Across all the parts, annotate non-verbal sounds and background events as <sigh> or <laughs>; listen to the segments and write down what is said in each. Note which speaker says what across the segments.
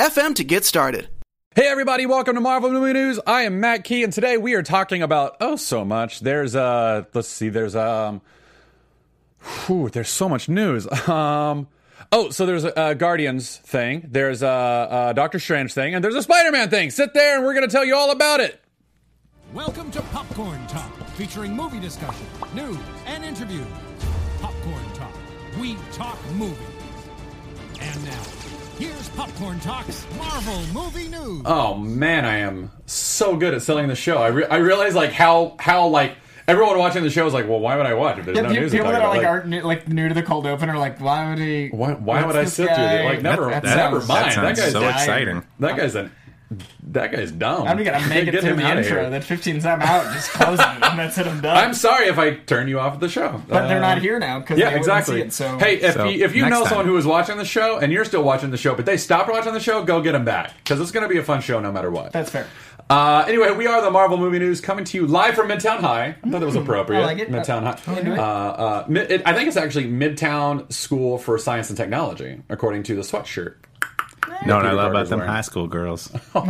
Speaker 1: to get started.
Speaker 2: Hey everybody, welcome to Marvel Movie News. I am Matt Key, and today we are talking about oh so much. There's uh let's see, there's um whew, there's so much news. <laughs> Um oh, so there's a, a Guardians thing, there's a, a Doctor Strange thing, and there's a Spider-Man thing. Sit there and we're gonna tell you all about it.
Speaker 3: Welcome to Popcorn Talk, featuring movie discussion, news, and interviews. Popcorn Talk, we talk movies. And now, here's Popcorn Talk's Marvel Movie News.
Speaker 2: Oh man, I am so good at selling the show. I, re- I realize like how how like everyone watching the show is like, well, why would I watch if there's
Speaker 4: Yeah,
Speaker 2: no
Speaker 4: pe-
Speaker 2: news? to
Speaker 4: people
Speaker 2: talk
Speaker 4: that are
Speaker 2: about?
Speaker 4: like, are new, like new to the cold open are like, why would he?
Speaker 2: why, why
Speaker 4: what's
Speaker 2: would I
Speaker 4: this
Speaker 2: sit through
Speaker 4: guy?
Speaker 2: that? Like never,
Speaker 4: That- that
Speaker 2: never
Speaker 4: sounds-
Speaker 2: mind.
Speaker 5: That sounds
Speaker 2: guy's
Speaker 5: so
Speaker 2: dying.
Speaker 5: exciting.
Speaker 2: That guy's a that guy's dumb.
Speaker 4: I'm gonna make
Speaker 2: <laughs>
Speaker 4: it
Speaker 2: Get
Speaker 4: through
Speaker 2: him
Speaker 4: the
Speaker 2: outta
Speaker 4: intro.
Speaker 2: here.
Speaker 4: That 15 I'm out. Just close it, and that's it. I'm done.
Speaker 2: I'm sorry if I turn you off of the show.
Speaker 4: but they're
Speaker 2: Uh,
Speaker 4: not here now because
Speaker 2: Yeah,
Speaker 4: they wouldn't see
Speaker 2: exactly.
Speaker 4: It, so
Speaker 2: hey, if
Speaker 5: So,
Speaker 2: you, if you
Speaker 5: next
Speaker 2: know
Speaker 5: time.
Speaker 2: someone who was watching the show and you're still watching the show, but they stopped watching the show, go get them back because it's going to be a fun show no matter what.
Speaker 4: that's fair.
Speaker 2: Uh, anyway, we are the Marvel Movie News coming to you live from Midtown High. I thought that was appropriate.
Speaker 4: Hmm, I like it.
Speaker 2: Midtown High.
Speaker 4: I'm into it.
Speaker 2: Uh, uh, mid- it- I think it's actually Midtown School for Science and Technology, according to the
Speaker 4: <laughs>
Speaker 2: sweatshirt.
Speaker 5: No, and I
Speaker 2: Peter Parker's
Speaker 5: love about them
Speaker 2: wearing.
Speaker 5: high school girls.
Speaker 2: Oh,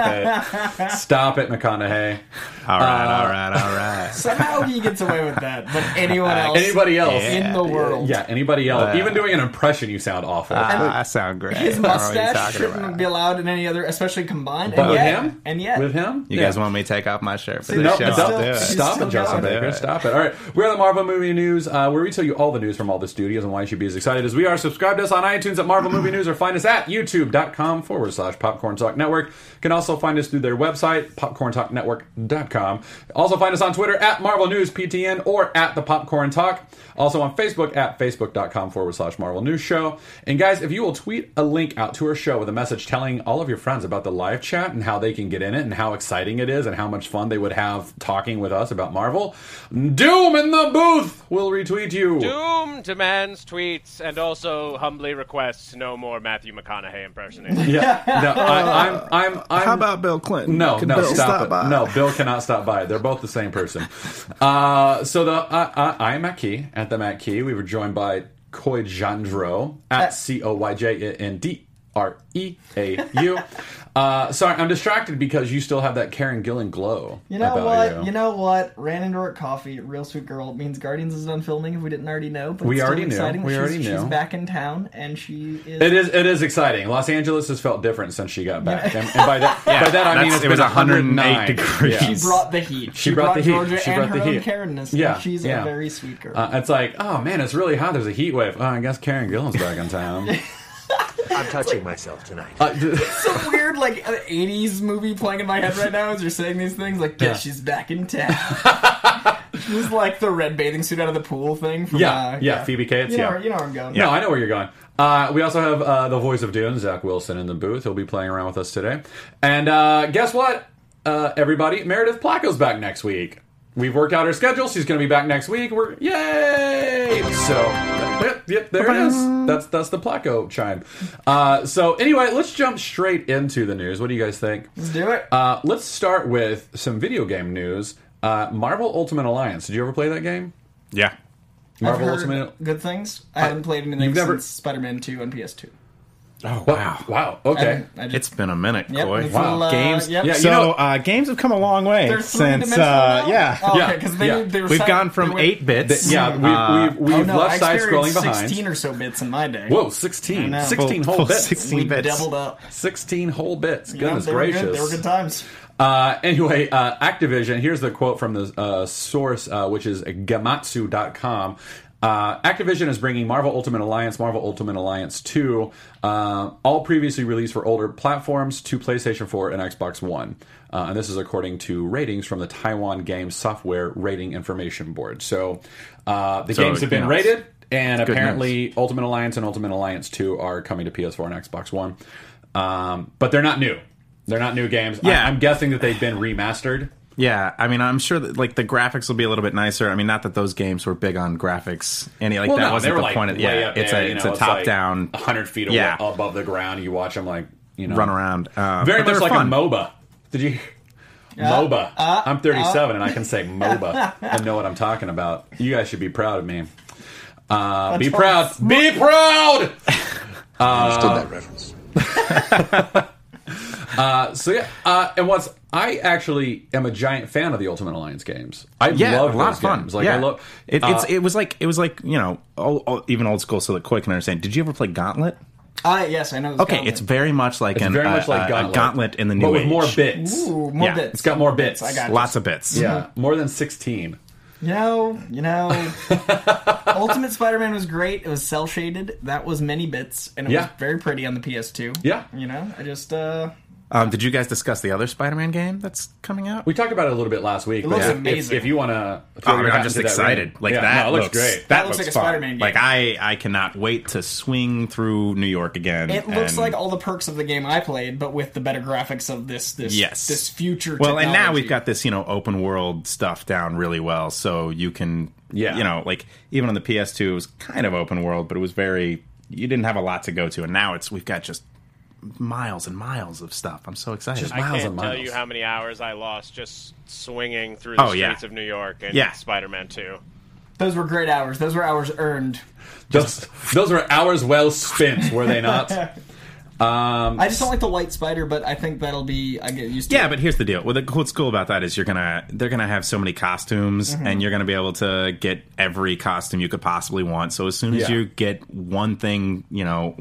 Speaker 2: stop it. Stop it, McConaughey.
Speaker 5: All right, all right,
Speaker 4: <laughs>
Speaker 5: all right.
Speaker 4: Somehow he gets away with that, but
Speaker 2: <laughs>
Speaker 4: anyone else,
Speaker 2: Anybody else?
Speaker 4: in
Speaker 2: Yeah,
Speaker 4: the world,
Speaker 2: anybody else.
Speaker 5: Uh,
Speaker 2: Even doing an impression, you sound awful.
Speaker 5: Ah, I sound great.
Speaker 4: his
Speaker 5: I don't know what you're
Speaker 4: mustache
Speaker 5: talking
Speaker 4: shouldn't
Speaker 5: about.
Speaker 4: be allowed in any other, especially combined.
Speaker 2: but
Speaker 4: and
Speaker 2: with
Speaker 4: yet,
Speaker 2: him?
Speaker 4: and yet,
Speaker 2: With him?
Speaker 5: You guys want me to take off my shirt for
Speaker 4: See,
Speaker 5: this
Speaker 2: No,
Speaker 4: no,
Speaker 5: show?
Speaker 4: it's
Speaker 5: I'll
Speaker 4: still-
Speaker 5: do it.
Speaker 4: she's
Speaker 2: stop
Speaker 4: still
Speaker 2: it, Justin
Speaker 4: going.
Speaker 2: Baker.
Speaker 5: Yeah.
Speaker 2: Stop it. All right. We're the Marvel Movie News, uh, where we tell you all the news from all the studios and why you should be as excited as we are. Subscribe to us on iTunes at Marvel Movie News or find us at youtube.com forward slash popcorn talk network. You can also find us through their website, popcorntalknetwork.com. Also find us on Twitter at Marvel News PTN or at the Popcorn Talk. Also on Facebook at facebook.com forward slash Marvel News Show. And guys, if you will tweet a link out to our show with a message telling all of your friends about the live chat and how they can get in it and how exciting it is and how much fun they would have talking with us about Marvel, Doom in the Booth will retweet you.
Speaker 6: Doom demands tweets and also humbly requests no more Matthew McConaughey impersonation.
Speaker 2: Yeah. No, I, am I'm, I'm,
Speaker 5: How about Bill Clinton?
Speaker 2: No,
Speaker 5: Can
Speaker 2: no,
Speaker 5: Bill
Speaker 2: stop,
Speaker 5: stop
Speaker 2: it.
Speaker 5: by?
Speaker 2: No, Bill cannot stop by. They're both the same person. Uh, so the I, I, I'm at Key at the Matt Key. We were joined by Coy Jandro at C O Y J N D R E A
Speaker 4: <laughs>
Speaker 2: U. Uh, sorry, I'm distracted because you still have that Karen Gillan glow.
Speaker 4: You know
Speaker 2: about
Speaker 4: what? You. know what? Ran into her at coffee. Real sweet girl. It means Guardians is done filming. If we didn't already know, but
Speaker 2: We
Speaker 4: it's still
Speaker 2: already knew.
Speaker 4: exciting. that
Speaker 2: We
Speaker 4: she's,
Speaker 2: already
Speaker 4: She's
Speaker 2: knew.
Speaker 4: back in town, and she is.
Speaker 2: It is. It is exciting. Los Angeles has felt different since she got back, and, and by
Speaker 5: <laughs>
Speaker 2: that, by that I
Speaker 5: that's-
Speaker 2: mean it's
Speaker 5: it was
Speaker 2: been
Speaker 5: 108
Speaker 2: 109
Speaker 5: degrees.
Speaker 2: Yeah.
Speaker 4: She brought the heat. She,
Speaker 2: brought the heat.
Speaker 4: Georgia
Speaker 2: She
Speaker 4: and
Speaker 2: brought
Speaker 4: her
Speaker 2: the
Speaker 4: own
Speaker 2: heat.
Speaker 4: Karenness.
Speaker 2: Yeah,
Speaker 4: and she's
Speaker 2: yeah.
Speaker 4: a very sweet girl.
Speaker 2: Uh, it's like, oh man, it's really hot. There's a heat wave. Oh, I guess Karen Gillan's back in town.
Speaker 7: I'm touching myself tonight. <laughs>
Speaker 2: Uh, d- <laughs>
Speaker 4: Some weird like uh, '80s movie playing in my head right now as you're saying these things. Like, yeah,
Speaker 2: Yeah.
Speaker 4: she's back
Speaker 2: <laughs>
Speaker 4: in town. It was like the red bathing suit out of the pool thing. From,
Speaker 2: Yeah,
Speaker 4: uh,
Speaker 2: yeah, Phoebe Cates,
Speaker 4: You know,
Speaker 2: yeah.
Speaker 4: where- you know where I'm going.
Speaker 2: No, I know where you're going. Uh, we also have uh, the voice of Dune, Zach Wilson, in the booth. He'll be playing around with us today. And uh, guess what, uh, everybody? Meredith Placco's back next week. We've worked out her schedule. She's going to be back next week. We're yay! So, yep, yep, there it is. That's that's the Placco chime. Uh, so, anyway, let's jump straight into the news. What do you guys think?
Speaker 4: Let's do it.
Speaker 2: Uh, let's start with some video game news. Uh, Marvel Ultimate Alliance. Did you ever play that game?
Speaker 5: Yeah.
Speaker 4: I've
Speaker 2: Marvel
Speaker 4: heard
Speaker 2: Ultimate. Uh,
Speaker 4: good things. I, haven't played anything
Speaker 2: you've never-
Speaker 4: since Spider-Man 2 on PS2.
Speaker 5: Oh
Speaker 2: Wow! Wow! Okay.
Speaker 4: I just-
Speaker 5: It's been a minute,
Speaker 4: Yep,
Speaker 5: Coy.
Speaker 4: it's a Wow. little, uh,
Speaker 5: games.
Speaker 4: yep. Yeah,
Speaker 2: you
Speaker 5: so
Speaker 2: know-
Speaker 5: uh, games have come a long way
Speaker 4: They're
Speaker 5: since.
Speaker 4: three-dimensional
Speaker 5: Uh,
Speaker 4: now?
Speaker 5: yeah,
Speaker 4: Oh,
Speaker 2: Yeah,
Speaker 4: okay, because they,
Speaker 2: yeah.
Speaker 4: they were
Speaker 5: we've
Speaker 4: side-
Speaker 5: gone from
Speaker 4: they were-
Speaker 5: eight bits. uh,
Speaker 2: Th- yeah, we've, we've, we've
Speaker 4: Oh, no,
Speaker 2: left
Speaker 4: I
Speaker 2: side scrolling
Speaker 4: experienced
Speaker 2: behind.
Speaker 4: 16 or so bits in my day.
Speaker 2: Whoa, 16.
Speaker 4: I know.
Speaker 2: 16
Speaker 5: Full-
Speaker 2: whole
Speaker 5: full
Speaker 2: bits.
Speaker 5: 16.
Speaker 4: we
Speaker 5: bits.
Speaker 4: doubled up.
Speaker 2: 16 whole bits.
Speaker 4: You know,
Speaker 2: Goodness
Speaker 4: they were good.
Speaker 2: gracious.
Speaker 4: They were good times.
Speaker 2: Uh, anyway, uh, Activision, here's the quote from the uh, source, uh, which is gamatsu.com. Uh, Activision is bringing Marvel Ultimate Alliance, Marvel Ultimate Alliance 2, uh, all previously released for older platforms, to PlayStation 4 and Xbox One. Uh, and this is according to ratings from the Taiwan Game Software Rating Information Board. So uh, the
Speaker 5: So,
Speaker 2: games have been
Speaker 5: you know,
Speaker 2: rated, and
Speaker 5: good
Speaker 2: apparently Ultimate Alliance and Ultimate Alliance 2 are coming to PS4 and Xbox One. Um, but they're not new. They're not new games.
Speaker 5: Yeah.
Speaker 2: I, am guessing that they've been remastered.
Speaker 5: Yeah, I mean, I'm sure that like the graphics will be a little bit nicer. I mean, not that those games were big on graphics. Any like
Speaker 2: Well,
Speaker 5: that
Speaker 2: no, they
Speaker 5: wasn't
Speaker 2: were
Speaker 5: the
Speaker 2: like
Speaker 5: point. Of,
Speaker 2: way
Speaker 5: yeah,
Speaker 2: up
Speaker 5: it's
Speaker 2: there,
Speaker 5: a
Speaker 2: you
Speaker 5: it's
Speaker 2: know,
Speaker 5: a top
Speaker 2: like
Speaker 5: down
Speaker 2: 100 feet away,
Speaker 5: Yeah.
Speaker 2: above the ground. You watch them like you know
Speaker 5: run around. Uh,
Speaker 2: Very
Speaker 5: but they
Speaker 2: much
Speaker 5: were
Speaker 2: like
Speaker 5: fun.
Speaker 2: a MOBA. Did you?
Speaker 4: Uh,
Speaker 2: MOBA. I'm 37 and I can say MOBA and know what I'm talking about. You guys should be proud of me. Uh, be
Speaker 4: That's
Speaker 2: proud. Be proud.
Speaker 7: Understood that reference.
Speaker 2: So yeah, <laughs> uh, and once I actually am a giant fan of the Ultimate Alliance games. I
Speaker 5: Yeah,
Speaker 2: love
Speaker 5: a lot
Speaker 2: those
Speaker 5: of fun.
Speaker 2: games. Like
Speaker 5: yeah.
Speaker 2: I love uh,
Speaker 5: it, it's it was like it was like you know old, old- even old school so that Koi can understand. Did you ever play Gauntlet?
Speaker 4: I Uh, yes, I know. This
Speaker 5: Okay,
Speaker 4: gauntlet.
Speaker 5: it's very much like
Speaker 2: It's
Speaker 5: an,
Speaker 2: very much
Speaker 5: uh,
Speaker 2: like
Speaker 5: uh,
Speaker 2: Gauntlet,
Speaker 5: a Gauntlet in the new
Speaker 2: but with
Speaker 5: age.
Speaker 2: more bits.
Speaker 4: Ooh, more
Speaker 5: yeah,
Speaker 4: bits.
Speaker 2: It's got more bits.
Speaker 4: I got
Speaker 5: Lots of bits.
Speaker 2: yeah, more than 16.
Speaker 4: You know, you
Speaker 5: <laughs>
Speaker 4: know. Ultimate Spider-Man was great. It was cell shaded. That was many bits, and it
Speaker 2: Yeah.
Speaker 4: was very pretty on the PS2.
Speaker 2: Yeah.
Speaker 4: You know, I just uh,
Speaker 5: Um, did you guys discuss the other Spider-Man game that's coming out?
Speaker 2: We talked about it a little bit last week. but
Speaker 4: looks
Speaker 2: if-
Speaker 4: amazing.
Speaker 2: If, if you want to,
Speaker 5: Oh, I mean, I'm just excited. Like that
Speaker 2: looks,
Speaker 5: looks
Speaker 2: great.
Speaker 5: That,
Speaker 4: That looks like a
Speaker 5: fun.
Speaker 4: Spider-Man game.
Speaker 5: Like I, I cannot wait to swing through New York again.
Speaker 4: it looks
Speaker 5: and-
Speaker 4: like all the perks of the game I played, but with the better graphics of this this
Speaker 5: Yes.
Speaker 4: this future.
Speaker 5: Well, and now
Speaker 4: technology.
Speaker 5: we've got this, you know, open world stuff down really well, so you can,
Speaker 2: Yeah.
Speaker 5: you know, like even on the PS2, it was kind of open world, but it was very, you didn't have a lot to go to, and now it's we've got just miles and miles of stuff. I'm so excited.
Speaker 2: Just
Speaker 6: I
Speaker 2: Miles
Speaker 6: can't
Speaker 2: and
Speaker 6: tell
Speaker 2: miles.
Speaker 6: you how many hours I lost just swinging through the
Speaker 5: Oh, yeah.
Speaker 6: streets of New York and
Speaker 5: Yeah.
Speaker 6: Spider-Man 2.
Speaker 4: those were great hours. Those were hours earned.
Speaker 5: <laughs>
Speaker 2: Those, those were hours well spent, were they not?
Speaker 4: I just don't like the white spider, but I think that'll be. I get used to.
Speaker 5: Yeah,
Speaker 4: it.
Speaker 5: but here's the deal. Well, the, what's cool about that is you're gonna they're gonna have so many costumes,
Speaker 4: Mm-hmm.
Speaker 5: and you're gonna be able to get every costume you could possibly want. So as soon as
Speaker 2: Yeah.
Speaker 5: you get one thing, you know,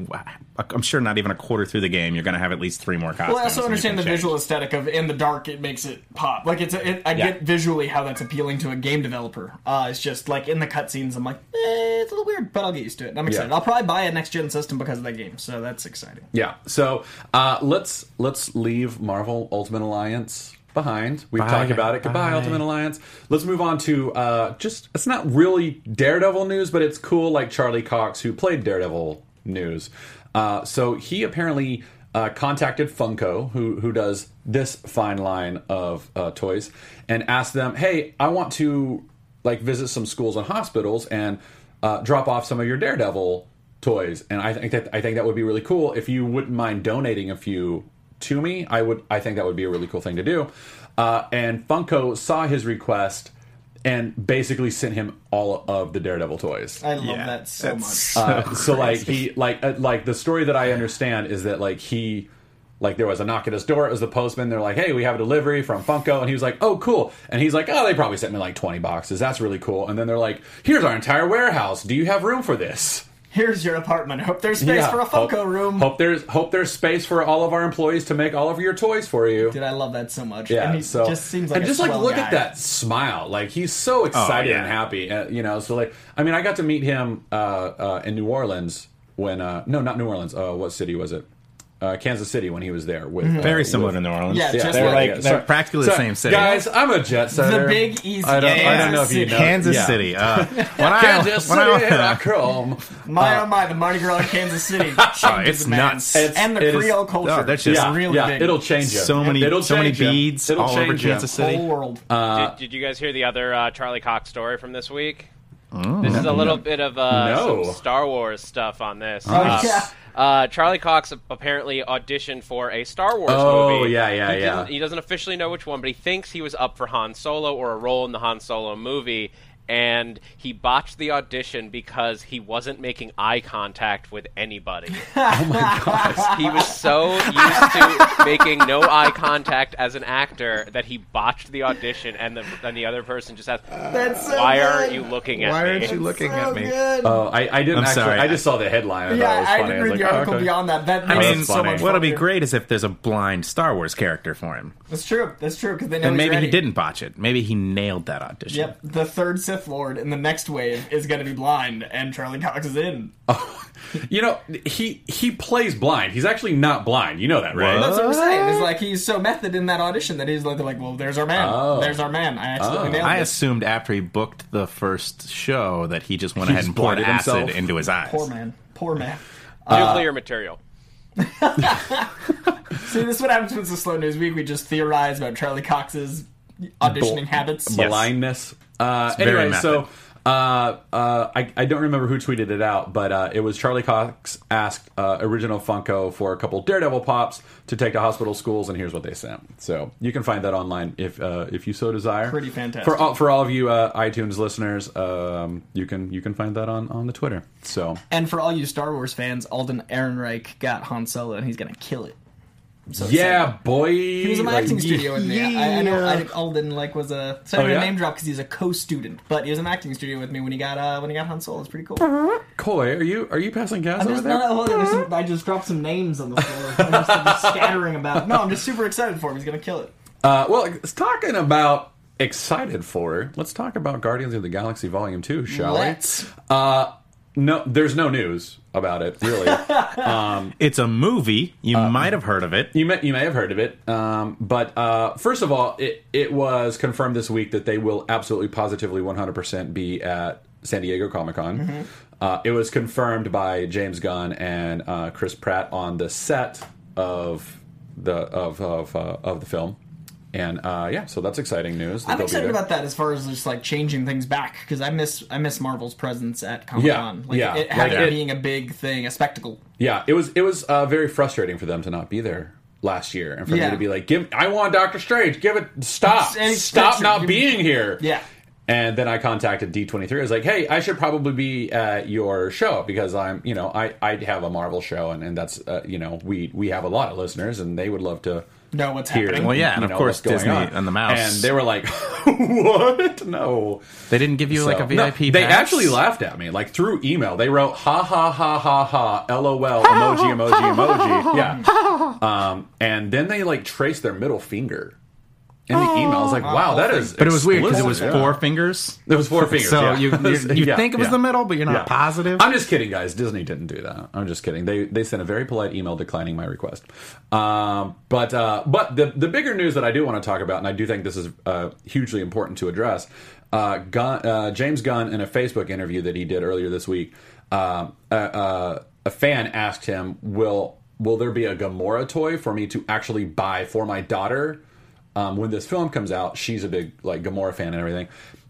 Speaker 5: I'm sure not even a quarter through the game, you're gonna have at least three more costumes.
Speaker 4: Well, I also
Speaker 5: that you
Speaker 4: understand the
Speaker 5: can change.
Speaker 4: visual aesthetic of in the dark. It makes it pop. Like it's. A, it, I
Speaker 5: Yeah.
Speaker 4: get visually how that's appealing to a game developer. Uh, it's just like in the cutscenes, I'm like, eh, it's a little weird, but I'll get used to it. And I'm excited. I'll probably buy a next gen system because of that game, so that's exciting.
Speaker 2: Yeah. So uh, let's let's leave Marvel Ultimate Alliance behind. We've
Speaker 5: Bye.
Speaker 2: talked about it. Goodbye,
Speaker 5: Bye.
Speaker 2: Ultimate Alliance. Let's move on to uh, just it's not really Daredevil news, but it's cool. Like Charlie Cox, who played Daredevil news. Uh, so he apparently. Uh, contacted Funko, who who does this fine line of uh, toys, and asked them, "Hey, I want to like visit some schools and hospitals and uh, drop off some of your Daredevil toys, and I think that I think that would be really cool. If you wouldn't mind donating a few to me, I would. I think that would be a really cool thing to do. Uh, and Funko saw his request and basically sent him all of the Daredevil toys.
Speaker 4: I love
Speaker 5: Yeah,
Speaker 4: that so
Speaker 5: that's-
Speaker 4: much.
Speaker 2: Uh, so like he like uh, like the story that I understand is that like he like there was a knock at his door. It was the postman. They're like, "Hey, we have a delivery from Funko," and he was like, "Oh, cool." And he's like, "Oh, they probably sent me like twenty boxes. That's really cool." And then they're like, "Here's our entire warehouse. Do you have room for this?"
Speaker 4: Here's your apartment. Hope there's space
Speaker 2: Yeah,
Speaker 4: for a Funko
Speaker 2: hope-
Speaker 4: room.
Speaker 2: Hope there's hope there's space for all of our employees to make all of your toys for you.
Speaker 4: Dude, I love that so much.
Speaker 2: yeah,
Speaker 4: and he
Speaker 2: so
Speaker 4: just seems like
Speaker 2: and
Speaker 4: a
Speaker 2: just like
Speaker 4: swell
Speaker 2: look
Speaker 4: guy.
Speaker 2: at that smile, like he's so excited
Speaker 5: Oh, yeah.
Speaker 2: and happy, uh, you know. So like, I mean, I got to meet him uh, uh, in New Orleans when uh, no, not New Orleans. Uh, what city was it? Uh, Kansas City when he was there with uh,
Speaker 5: <laughs> Mm-hmm. Very similar
Speaker 2: with-
Speaker 5: to New Orleans.
Speaker 4: Yeah, just
Speaker 5: they're
Speaker 4: like-
Speaker 5: like
Speaker 2: yeah,
Speaker 5: they're
Speaker 2: sorry.
Speaker 5: practically the
Speaker 2: Sorry,
Speaker 5: same city.
Speaker 2: Guys, I'm a jet setter.
Speaker 4: big, easy
Speaker 2: I don't, I don't know if
Speaker 4: Kansas
Speaker 2: you
Speaker 4: City.
Speaker 2: know
Speaker 5: Kansas
Speaker 2: yeah.
Speaker 5: City. Uh,
Speaker 4: <laughs>
Speaker 5: when
Speaker 2: Kansas
Speaker 5: I, when I-
Speaker 2: City, here
Speaker 5: <laughs>
Speaker 2: I come.
Speaker 4: My oh my, the Mardi Gras in Kansas City.
Speaker 5: Uh, it's
Speaker 4: changes, man.
Speaker 5: nuts. It's-
Speaker 4: and the
Speaker 2: it is-
Speaker 4: Creole culture.
Speaker 5: oh, that's just-
Speaker 4: It's
Speaker 2: Yeah,
Speaker 4: really
Speaker 2: yeah,
Speaker 4: big.
Speaker 2: it'll change you.
Speaker 5: so many,
Speaker 2: it'll
Speaker 5: so many
Speaker 2: change ya.
Speaker 5: beads
Speaker 2: It'll
Speaker 5: all over
Speaker 2: change ya.
Speaker 5: Kansas
Speaker 4: whole
Speaker 5: City. Uh,
Speaker 4: world.
Speaker 6: did, did you guys hear the other uh, Charlie Cox story from this week? This is a little bit of uh,
Speaker 2: No.
Speaker 6: some Star Wars stuff on this.
Speaker 4: oh
Speaker 6: Uh,
Speaker 4: yeah.
Speaker 6: uh, Charlie Cox apparently auditioned for a Star Wars
Speaker 2: Oh,
Speaker 6: movie.
Speaker 2: yeah, yeah,
Speaker 6: he
Speaker 2: yeah.
Speaker 6: Didn't, he doesn't officially know which one, but he thinks he was up for Han Solo or a role in the Han Solo movie. And he botched the audition because he wasn't making eye contact with
Speaker 2: <laughs>
Speaker 6: anybody.
Speaker 2: Oh,
Speaker 6: He was so used to making no eye contact as an actor that he botched the audition, and the and the other person just asked,
Speaker 4: That's so
Speaker 6: "Why aren't
Speaker 4: good.
Speaker 6: you looking at
Speaker 5: Why
Speaker 6: me?"
Speaker 5: aren't you looking
Speaker 4: so
Speaker 5: at me?
Speaker 4: Good.
Speaker 2: Oh, I, I didn't
Speaker 5: I'm
Speaker 2: actually.
Speaker 5: sorry.
Speaker 2: I just saw the headline. and I thought it
Speaker 4: yeah,
Speaker 2: was
Speaker 4: I
Speaker 2: funny.
Speaker 4: didn't
Speaker 2: was
Speaker 4: read
Speaker 2: like,
Speaker 4: the
Speaker 2: oh,
Speaker 4: article
Speaker 2: okay.
Speaker 4: beyond that. That
Speaker 5: I
Speaker 4: makes
Speaker 5: mean,
Speaker 4: it
Speaker 2: that's
Speaker 4: so
Speaker 2: funny.
Speaker 4: much.
Speaker 5: what'll be
Speaker 4: funnier.
Speaker 5: great is if there's a blind Star Wars character for him.
Speaker 4: That's true. That's true. Because they know
Speaker 5: And
Speaker 4: he's
Speaker 5: maybe
Speaker 4: ready.
Speaker 5: he didn't botch it. Maybe he nailed that audition.
Speaker 4: Yep, the third Sith Lord in the next wave is going to be blind, and Charlie Cox is in.
Speaker 2: You know, he he plays blind. He's actually not blind. You know that, right?
Speaker 4: That's what I'm saying. It's like he's so method in that audition that he's like, they're like, well, there's our man.
Speaker 2: Oh.
Speaker 4: There's our man. I accidentally nailed
Speaker 5: Oh. I
Speaker 4: it.
Speaker 5: assumed after he booked the first show that he just went
Speaker 2: He
Speaker 5: ahead
Speaker 2: just
Speaker 5: and poured
Speaker 2: blinded
Speaker 5: acid
Speaker 2: himself.
Speaker 5: into his eyes.
Speaker 4: Poor man. Poor man.
Speaker 6: Nuclear material.
Speaker 4: See, <laughs> this is what happens when it's a slow news week. We just theorize about Charlie Cox's auditioning
Speaker 2: Bull-
Speaker 4: habits.
Speaker 2: blindness. Uh,
Speaker 5: very
Speaker 2: anyway,
Speaker 5: method.
Speaker 2: so uh, uh, I, I don't remember who tweeted it out, but uh, it was Charlie Cox asked uh, original Funko for a couple Daredevil pops to take to hospital schools, and here's what they sent. So you can find that online if uh, if you so desire.
Speaker 4: Pretty fantastic.
Speaker 2: for all, for all of you uh, iTunes listeners. Um, you can you can find that on on the Twitter. So
Speaker 4: And for all you Star Wars fans, Alden Ehrenreich got Han Solo, and he's gonna kill it. So
Speaker 2: yeah,
Speaker 4: excited.
Speaker 2: boy,
Speaker 4: He was in my
Speaker 2: Like,
Speaker 4: acting studio in there. I, I know
Speaker 2: yeah.
Speaker 4: I think Alden like was a sorry
Speaker 2: Oh,
Speaker 4: to
Speaker 2: yeah?
Speaker 4: name drop because he's a co-student, but he was in an acting studio with me when he got uh, when he got Han Solo. It's pretty cool.
Speaker 2: Uh-huh.
Speaker 4: I'm
Speaker 2: Coy, are you are you passing gas over
Speaker 4: just,
Speaker 2: there?
Speaker 4: no, no, there's some- I just dropped some names on the floor. I'm just, I'm just
Speaker 2: <laughs>
Speaker 4: scattering about. No, I'm just super excited for him. He's gonna kill it.
Speaker 2: Uh, well, it's talking about excited for, let's talk about Guardians of the Galaxy Volume 2, shall
Speaker 4: Let's.
Speaker 2: we? Uh, no, there's no news about it,
Speaker 4: <laughs>
Speaker 2: really.
Speaker 5: It's a movie. You might have heard of it.
Speaker 2: you, may, you may have heard of it. Um, but uh, first of all, it, it was confirmed this week that they will absolutely, positively, 100% be at San Diego Comic Con.
Speaker 4: Mm-hmm.
Speaker 2: Uh, it was confirmed by James Gunn and uh, Chris Pratt on the set of the of of, uh, of the film. And uh, yeah, so that's exciting news. that
Speaker 4: I'm
Speaker 2: they'll be
Speaker 4: excited
Speaker 2: there.
Speaker 4: about that as far as just like changing things back because I miss I miss Marvel's presence at Comic Con. like
Speaker 2: yeah,
Speaker 4: it,
Speaker 2: like
Speaker 4: having
Speaker 2: it-
Speaker 4: being a big thing, a spectacle.
Speaker 2: Yeah, it was it was uh, very frustrating for them to not be there last year, and for me
Speaker 4: Yeah.
Speaker 2: to be like, "Give, I want Doctor Strange. Give it, stop,
Speaker 4: Any
Speaker 2: stop
Speaker 4: picture,
Speaker 2: not
Speaker 4: give me-
Speaker 2: being here."
Speaker 4: Yeah.
Speaker 2: And then I contacted D twenty three. I was like, "Hey, I should probably be at your show because I'm, you know, I I have a Marvel show, and and that's, uh, you know, we we have a lot of listeners, and they would love to."
Speaker 4: Know what's
Speaker 2: Hear,
Speaker 4: happening?
Speaker 5: Well, yeah, and
Speaker 2: you
Speaker 5: of
Speaker 2: know,
Speaker 5: course
Speaker 2: what's going
Speaker 5: Disney
Speaker 2: on.
Speaker 5: and the mouse.
Speaker 2: and they were like, <laughs> "What? No,
Speaker 5: They didn't give you like
Speaker 2: so-
Speaker 5: a VIP.
Speaker 2: no, they
Speaker 5: pass?
Speaker 2: actually laughed at me, like through email. They wrote ha ha ha ha ha, lol, emoji emoji emoji, yeah. Um, and then they like traced their middle finger in the email. I was like, wow, that is.
Speaker 5: But it was weird because it was
Speaker 2: explicit.
Speaker 5: four fingers.
Speaker 2: It was four fingers.
Speaker 5: <laughs> So
Speaker 2: yeah.
Speaker 5: you you,
Speaker 2: <laughs>
Speaker 5: you
Speaker 2: Yeah,
Speaker 5: think it was
Speaker 2: yeah.
Speaker 5: the middle, but you're not
Speaker 2: Yeah.
Speaker 5: positive.
Speaker 2: I'm just kidding, guys. Disney didn't do that. I'm just kidding. They they sent a very polite email declining my request. Um, but uh, but the the bigger news that I do want to talk about, and I do think this is uh, hugely important to address. Uh, Gun, uh, James Gunn in a Facebook interview that he did earlier this week, um, uh, uh, a fan asked him, "Will will there be a Gamora toy for me to actually buy for my daughter?" um, when this film comes out, she's a big like Gamora fan and everything.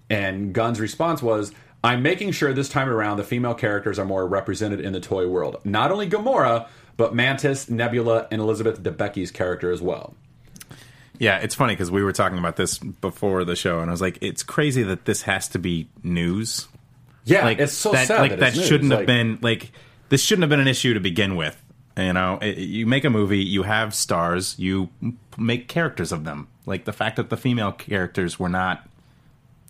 Speaker 2: And Gunn's response was, "I'm making sure this time around the female characters are more represented in the toy world. Not only Gamora, but Mantis, Nebula, and Elizabeth Debicki's character as well."
Speaker 5: Yeah, it's funny because we were talking about this before the show, and I was like, it's crazy that this has to be news.
Speaker 2: Yeah,
Speaker 5: Like
Speaker 2: it's so
Speaker 5: that,
Speaker 2: sad.
Speaker 5: like
Speaker 2: that,
Speaker 5: that
Speaker 2: it's news.
Speaker 5: shouldn't
Speaker 2: Like,
Speaker 5: have been like this shouldn't have been an issue to begin with. You know, It- you make a movie, you have stars, you m- make characters of them. Like the fact that the female characters were not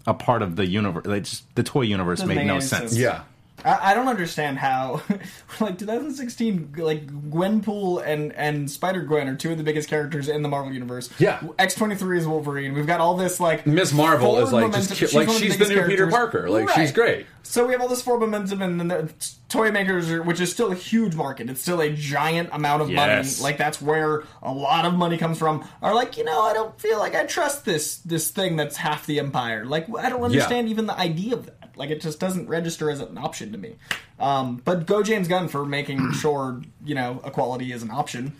Speaker 5: a part of the universe, like just the toy universe
Speaker 4: Doesn't
Speaker 5: made
Speaker 4: make
Speaker 5: no
Speaker 4: any
Speaker 5: sense.
Speaker 4: sense.
Speaker 2: Yeah,
Speaker 4: I, I don't understand how, <laughs> like 2016, like Gwenpool and and Spider Gwen are two of the biggest characters in the Marvel universe.
Speaker 2: Yeah.
Speaker 4: X23 is Wolverine. We've got all this like
Speaker 2: Miss Marvel
Speaker 4: forward
Speaker 2: is like just
Speaker 4: momentum-
Speaker 2: ki- like
Speaker 4: one of
Speaker 2: she's the
Speaker 4: biggest
Speaker 2: new Peter
Speaker 4: characters.
Speaker 2: Parker. Like she's
Speaker 4: Right.
Speaker 2: great.
Speaker 4: So we have all this forward momentum, and then the toy makers, are, which is still a huge market. It's still a giant amount of
Speaker 5: Yes.
Speaker 4: money. Like that's where a lot of money comes from. Are like, you know, I don't feel like I trust this this thing that's half the empire. Like I don't understand even the idea of that. Like it just doesn't register as an option to me. Um, but go James Gunn for
Speaker 5: <clears throat>
Speaker 4: making sure you know equality is an option.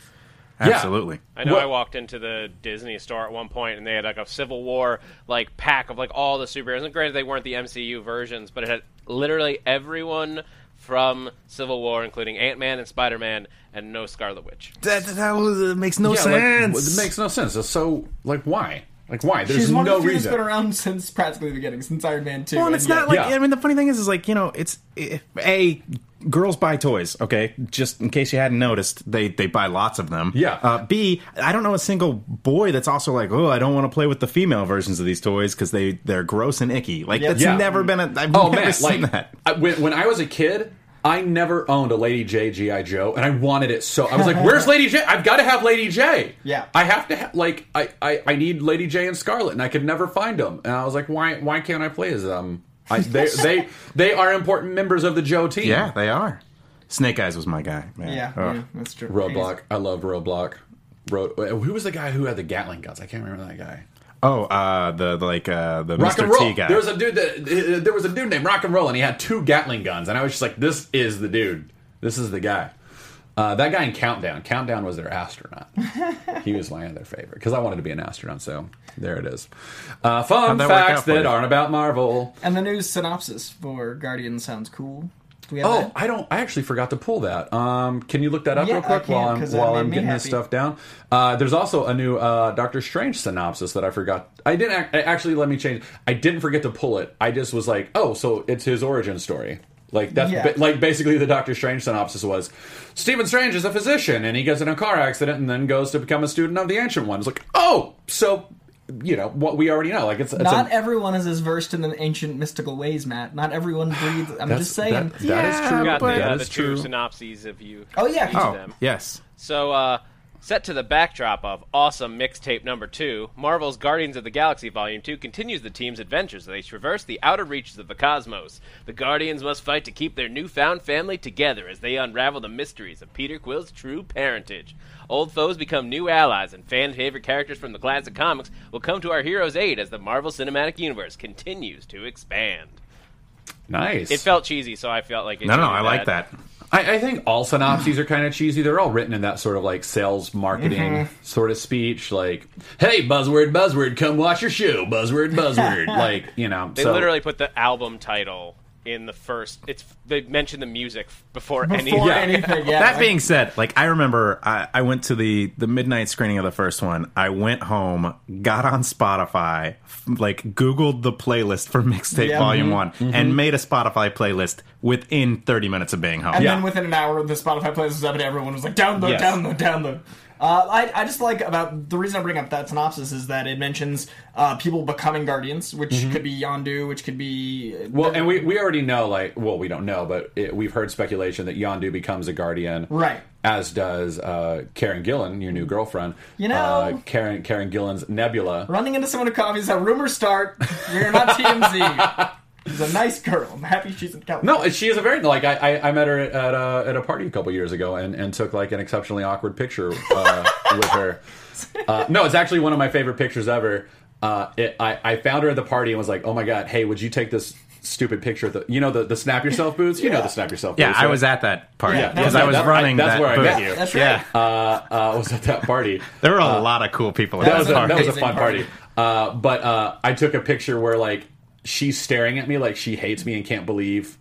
Speaker 5: Absolutely.
Speaker 6: I know
Speaker 2: What-
Speaker 6: I walked into the Disney store at one point and they had like a Civil War like pack of like all the superheroes. And granted, they weren't the MCU versions, but it had literally everyone from Civil War, including Ant Man and Spider Man, and no Scarlet Witch.
Speaker 5: That, that was, it makes no
Speaker 2: Yeah, like,
Speaker 5: sense.
Speaker 2: it makes no sense. It's so like why? Like why? There's
Speaker 4: She's one
Speaker 2: no
Speaker 4: of the few that's
Speaker 2: reason.
Speaker 4: been around <laughs> since practically the beginning, since Iron Man Two.
Speaker 5: Well, and
Speaker 4: and
Speaker 5: it's
Speaker 4: yet-
Speaker 5: not like
Speaker 2: Yeah.
Speaker 5: I mean the funny thing is is like you know it's eh, a girls buy toys okay just in case you hadn't noticed they they buy lots of them
Speaker 2: Yeah.
Speaker 5: uh, B I don't know a single boy that's also like oh I don't want to play with the female versions of these toys because they they're gross and icky like
Speaker 4: Yeah.
Speaker 5: that's
Speaker 2: Yeah.
Speaker 5: never been a I've
Speaker 2: Oh
Speaker 5: never
Speaker 2: man,
Speaker 5: seen
Speaker 2: like
Speaker 5: that
Speaker 2: I, when, when I was a kid, I never owned a Lady J GI Joe, and I wanted it so. I was like, "Where's Lady J? I've got to have Lady J.
Speaker 4: Yeah.
Speaker 2: I have to ha- like I, I I need Lady J and Scarlet, and I could never find them. And I was like, why why can't I play as them? I, they they they are important members of the Joe team.
Speaker 5: yeah they are Snake Eyes was my guy man. Oh,
Speaker 4: yeah,
Speaker 5: Ugh.
Speaker 4: yeah, that's true.
Speaker 2: Roadblock. I love Roadblock. Road, who was the guy who had the Gatling guns? I can't remember that guy.
Speaker 5: oh uh the, the like uh the
Speaker 2: Rock
Speaker 5: Mr
Speaker 2: and roll.
Speaker 5: T guy
Speaker 2: There was a dude that uh, there was a dude named Rock and Roll, and he had two Gatling guns, and I was just like, "This is the dude. This is the guy." Uh, that guy in Countdown. Countdown was their astronaut. he was my other favorite because I wanted to be an astronaut. So there it is. Uh, fun
Speaker 5: How'd that work
Speaker 2: facts
Speaker 5: out for
Speaker 2: that
Speaker 5: you?
Speaker 2: aren't about Marvel.
Speaker 4: And the news synopsis for Guardian sounds cool. Do we have
Speaker 2: Oh,
Speaker 4: that?
Speaker 2: I don't. I actually forgot to pull that. Um, can you look that up
Speaker 4: Yeah,
Speaker 2: real quick
Speaker 4: I can,
Speaker 2: while I'm
Speaker 4: 'cause that
Speaker 2: while
Speaker 4: made
Speaker 2: I'm
Speaker 4: me
Speaker 2: getting this
Speaker 4: happy.
Speaker 2: stuff down? Uh, there's also a new uh, Doctor Strange synopsis that I forgot. I didn't ac- actually let me change. I didn't forget to pull it. I just was like, oh, so it's his origin story. Like that's
Speaker 4: Yeah.
Speaker 2: ba- like basically the Doctor Strange synopsis was Stephen Strange is a physician and he gets in a car accident and then goes to become a student of the Ancient One. It's like, oh, so you know what we already know. Like it's, it's
Speaker 4: Not
Speaker 2: a,
Speaker 4: everyone is as versed in the ancient mystical ways, Matt.
Speaker 2: <gasps>
Speaker 4: Not everyone breathes. I'm
Speaker 2: that's-
Speaker 4: just saying.
Speaker 2: that- that is
Speaker 5: Yeah,
Speaker 2: true.
Speaker 6: Got the,
Speaker 5: That
Speaker 6: uh, the
Speaker 5: is
Speaker 6: two
Speaker 5: true.
Speaker 6: synopses of you.
Speaker 4: Um, Oh, yeah,
Speaker 6: each
Speaker 4: he's-
Speaker 6: of
Speaker 5: Oh,
Speaker 6: them.
Speaker 5: yes.
Speaker 6: So, uh, set to the backdrop of awesome mixtape number two, Marvel's Guardians of the Galaxy Volume 2 continues the team's adventures as they traverse the outer reaches of the cosmos. The Guardians must fight to keep their newfound family together as they unravel the mysteries of Peter Quill's true parentage. Old foes become new allies, and fan favorite characters from the classic comics will come to our heroes' aid as the Marvel Cinematic Universe continues to expand.
Speaker 2: nice.
Speaker 6: It felt cheesy, so I felt like it
Speaker 5: No, no,
Speaker 6: should be
Speaker 5: I like that.
Speaker 2: I, I think all synopses are kind of cheesy. They're all written in that sort of like sales marketing
Speaker 4: Mm-hmm.
Speaker 2: sort of speech, like "Hey, buzzword, buzzword, come watch your show, buzzword, buzzword."
Speaker 4: <laughs>
Speaker 2: like you know,
Speaker 6: They literally put the album title in the first. It's they mentioned the music f- before, any.
Speaker 4: Before
Speaker 2: Yeah.
Speaker 4: anything, yeah.
Speaker 5: that
Speaker 4: like-
Speaker 5: being said, like I remember, I, I went to the the midnight screening of the first one. I went home, got on Spotify, f- like Googled the playlist for <laughs> mixtape
Speaker 4: Yeah,
Speaker 5: volume
Speaker 2: Mm-hmm.
Speaker 4: mhm,
Speaker 5: one, and made a Spotify playlist within thirty minutes of being home.
Speaker 4: And
Speaker 2: Yeah.
Speaker 4: then within an hour, the Spotify playlist was up, and everyone was like, download,
Speaker 5: Yes.
Speaker 4: download, download. Uh, I, I just like about the reason I bring up that synopsis is that it mentions uh, people becoming guardians, which could be Yondu, which could be
Speaker 2: Mm-hmm.
Speaker 4: uh,
Speaker 2: well, and we we already know like well we don't know, but it, we've heard speculation that Yondu becomes a guardian,
Speaker 4: Right. Mm-hmm.
Speaker 2: As does uh, Karen Gillan, your new girlfriend.
Speaker 4: You know-
Speaker 2: uh, Karen Karen Gillan's Nebula.
Speaker 4: running into someone who coffee is how rumors start. You're not
Speaker 2: <laughs>
Speaker 4: TMZ. She's a nice girl. I'm happy she's in California.
Speaker 2: No, she is a very like I I, I met her at a, at a party a couple years ago and, and took like an exceptionally awkward picture uh, <laughs> with her. Uh, no, it's actually one of my favorite pictures ever. Uh, it, I I found her at the party and was like, oh my god, hey, would you take this stupid picture? At the, you know the the snap yourself booths. You know the snap yourself.
Speaker 5: yeah,
Speaker 2: booths,
Speaker 5: I
Speaker 2: right?
Speaker 5: was at that party
Speaker 4: Yeah,
Speaker 5: because
Speaker 4: that-
Speaker 5: I was
Speaker 2: that-
Speaker 5: running.
Speaker 2: that's
Speaker 5: that
Speaker 2: where I
Speaker 5: booth.
Speaker 2: met you.
Speaker 4: That's right.
Speaker 5: Yeah,
Speaker 2: Uh, I was at that party.
Speaker 5: there were a lot of cool people. At
Speaker 2: that
Speaker 5: that,
Speaker 2: was a,
Speaker 5: party.
Speaker 2: that was a
Speaker 4: amazing
Speaker 2: fun party.
Speaker 4: party.
Speaker 2: Uh, but uh, I took a picture where like she's staring at me like she hates me and can't believe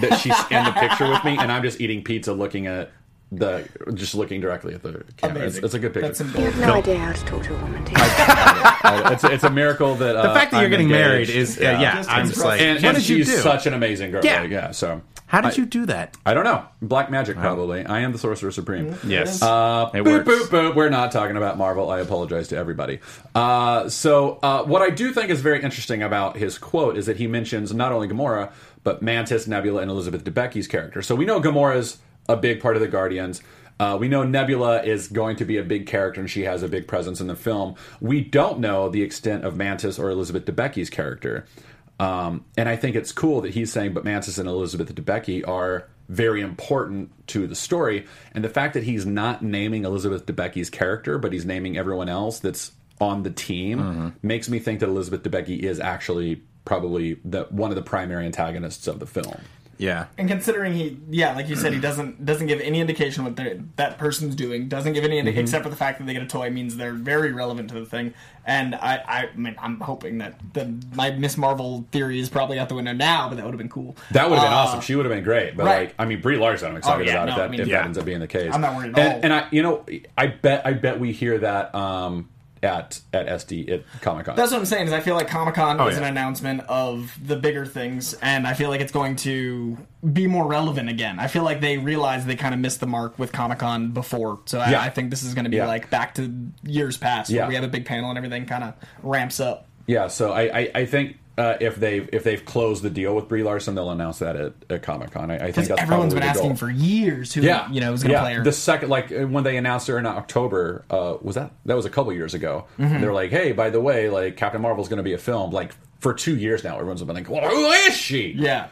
Speaker 2: that she's in the picture with me, and I'm just eating pizza, looking at the just looking directly at the camera. It's,
Speaker 4: Amazing.
Speaker 2: it's a good picture.
Speaker 4: That's some
Speaker 8: You have no idea how to talk to a woman, do you?
Speaker 2: Uh, it's, it's a miracle that uh,
Speaker 5: the fact that you're
Speaker 2: I'm
Speaker 5: getting married
Speaker 2: engaged.
Speaker 5: is uh, yeah.
Speaker 4: Just
Speaker 5: I'm just like,
Speaker 2: and,
Speaker 5: what
Speaker 2: and
Speaker 5: did you do?
Speaker 2: she's such an amazing girl.
Speaker 5: Yeah.
Speaker 2: Like, yeah. So
Speaker 5: How did you do that?
Speaker 2: I don't know. Black magic, probably. I am the sorcerer supreme.
Speaker 5: Yes,
Speaker 2: Uh,
Speaker 5: It
Speaker 2: boop,
Speaker 5: works.
Speaker 2: boop, boop. We're not talking about Marvel. I apologize to everybody. Uh, so, uh, what I do think is very interesting about his quote is that he mentions not only Gamora, but Mantis, Nebula, and Elizabeth Debicki's character. So, we know Gamora's a big part of the Guardians. Uh, we know Nebula is going to be a big character and she has a big presence in the film. We don't know the extent of Mantis or Elizabeth Debicki's character. Um, and I think it's cool that he's saying, but Mantis and Elizabeth Debicki are very important to the story. And the fact that he's not naming Elizabeth Debicki's character, but he's naming everyone else that's on the team,
Speaker 4: Mm-hmm.
Speaker 2: makes me think that Elizabeth Debicki is actually probably the, one of the primary antagonists of the film.
Speaker 5: yeah.
Speaker 4: And considering he, yeah, like you said, he doesn't doesn't give any indication what they're- that person's doing. Doesn't give any indi-
Speaker 2: Mm-hmm.
Speaker 4: except for the fact that they get a toy means they're very relevant to the thing. And I, I mean, I'm hoping that the, my Miss Marvel theory is probably out the window now, but that would have been cool.
Speaker 2: That would have been
Speaker 4: Uh,
Speaker 2: awesome. She would have been great. But
Speaker 4: right.
Speaker 2: like, I mean, Brie Larson, I'm excited
Speaker 4: Oh, yeah,
Speaker 2: about if,
Speaker 4: no,
Speaker 2: that,
Speaker 4: I mean,
Speaker 2: if
Speaker 5: yeah.
Speaker 2: that ends up being the case.
Speaker 4: I'm not worried at
Speaker 2: and,
Speaker 4: all.
Speaker 2: And I, you know, I bet, I bet we hear that um, at at SD at Comic Con.
Speaker 4: That's what I'm saying. Is I feel like Comic Con
Speaker 2: Oh,
Speaker 4: is
Speaker 5: yeah.
Speaker 4: an announcement of the bigger things, and I feel like it's going to be more relevant again. I feel like they realized they kind of missed the mark with Comic Con before, so I,
Speaker 2: Yeah.
Speaker 4: I think this is going to be
Speaker 2: Yeah.
Speaker 4: like back to years past. where
Speaker 2: Yeah.
Speaker 4: we have a big panel and everything kind of ramps up.
Speaker 2: Yeah, so I I, I think uh, if they've if they've closed the deal with Brie Larson, they'll announce that at, at Comic Con. I, I think
Speaker 4: Because
Speaker 2: that's
Speaker 4: everyone's
Speaker 2: probably
Speaker 4: been
Speaker 2: the
Speaker 4: asking
Speaker 2: goal.
Speaker 4: for years who,
Speaker 2: yeah,
Speaker 4: you know, was going to
Speaker 2: yeah.
Speaker 4: play her.
Speaker 2: The second, like uh, when they announced her in October, uh, was that that was a couple years ago?
Speaker 4: Mm-hmm.
Speaker 2: They're like, hey, by the way, like Captain Marvel's going to be a film. Like for two years now, everyone's been like, well, who is she?
Speaker 4: yeah.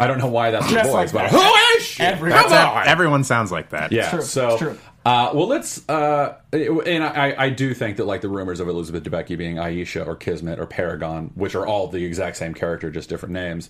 Speaker 2: I don't know why that's the
Speaker 4: Just
Speaker 2: voice,
Speaker 4: like
Speaker 2: but
Speaker 4: that.
Speaker 2: who is she?
Speaker 4: Every-
Speaker 2: Come
Speaker 4: That's
Speaker 2: on!
Speaker 5: Everyone sounds like that.
Speaker 2: Yeah,
Speaker 4: true.
Speaker 2: so
Speaker 4: It's true.
Speaker 2: Uh, well, let's. Uh, and I, I do think that like the rumors of Elizabeth Debicki being Aisha or Kismet or Paragon, which are all the exact same character, just different names,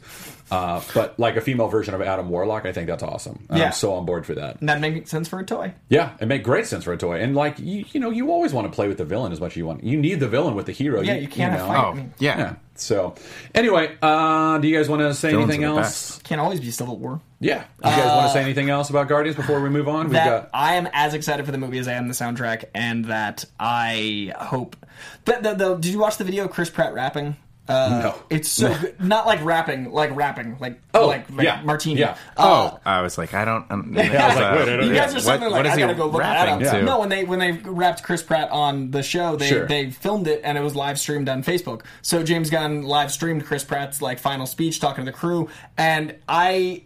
Speaker 2: uh, but like a female version of Adam Warlock, I think that's awesome. And
Speaker 4: Yeah.
Speaker 2: I'm so on board for that.
Speaker 4: And that makes sense for a toy.
Speaker 2: Yeah, it made great sense for a toy. And like you, you know, you always want to play with the villain as much as you want. You need the villain with the hero.
Speaker 4: Yeah, you can't
Speaker 2: know.
Speaker 4: have fight.
Speaker 5: Oh, yeah.
Speaker 2: Yeah. So, anyway, uh, do you guys want to say
Speaker 5: Villains
Speaker 2: anything
Speaker 5: are the
Speaker 2: else?
Speaker 4: Can't always be Civil War.
Speaker 2: Yeah. Do you guys want to say anything else about Guardians before we move on? We've
Speaker 4: Uh, that I am as excited for the movie as I am the soundtrack, and that I hope. But the, the, did you watch the video of Chris Pratt rapping? Uh,
Speaker 2: No.
Speaker 4: it's so good. Not like rapping, like rapping, like
Speaker 2: Oh,
Speaker 4: like, like
Speaker 2: yeah,
Speaker 4: martini.
Speaker 2: yeah. Oh.
Speaker 4: Uh,
Speaker 5: I was like, I don't. I don't uh,
Speaker 2: was like, wait, I don't-
Speaker 4: you
Speaker 2: yeah,
Speaker 4: guys are sitting there like, I gotta go look that up.
Speaker 5: rapping to?
Speaker 4: No, when they when they wrapped Chris Pratt on the show, they
Speaker 2: Sure.
Speaker 4: they filmed it and it was live streamed on Facebook. So James Gunn live streamed Chris Pratt's like final speech talking to the crew, and I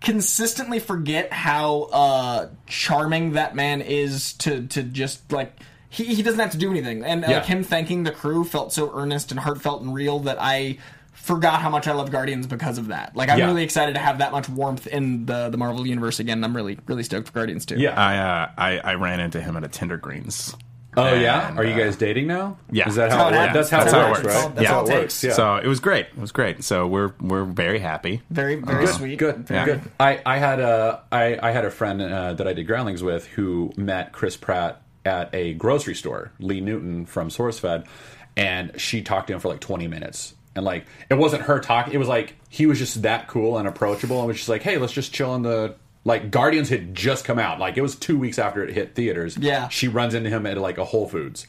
Speaker 4: consistently forget how uh charming that man is to to just like. He, he doesn't have to do anything, and uh,
Speaker 2: Yeah.
Speaker 4: like him thanking the crew felt so earnest and heartfelt and real that I forgot how much I love Guardians because of that. Like I'm
Speaker 2: Yeah.
Speaker 4: really excited to have that much warmth in the the Marvel universe again. I'm really really stoked for Guardians too.
Speaker 2: Yeah.
Speaker 5: I, uh, I I ran into him at a Tinder Greens.
Speaker 2: Oh yeah.
Speaker 5: And,
Speaker 2: Are you
Speaker 5: uh,
Speaker 2: guys dating now?
Speaker 5: Yeah.
Speaker 2: Is that
Speaker 5: That's
Speaker 2: how?
Speaker 4: how
Speaker 2: It
Speaker 4: it
Speaker 2: works?
Speaker 4: happens.
Speaker 2: That's how
Speaker 5: That's
Speaker 2: it
Speaker 5: how it
Speaker 2: works,
Speaker 5: works.
Speaker 2: right?
Speaker 4: That's all it
Speaker 2: yeah.
Speaker 4: takes.
Speaker 2: Yeah.
Speaker 5: So it was great. It was great. So we're we're very happy.
Speaker 4: Very very sweet.
Speaker 2: Good,
Speaker 5: Yeah.
Speaker 2: good. I, I had a I, I had a friend uh, that I did Groundlings with who met Chris Pratt at a grocery store. Lee Newton from SourceFed, and she talked to him for like 20 minutes. And like it wasn't her talk. It was like he was just that cool and approachable, and was just like, hey, let's just chill in the. Like Guardians had just come out. Like it was two weeks after it hit theaters.
Speaker 4: Yeah.
Speaker 2: she runs into him at like a Whole Foods,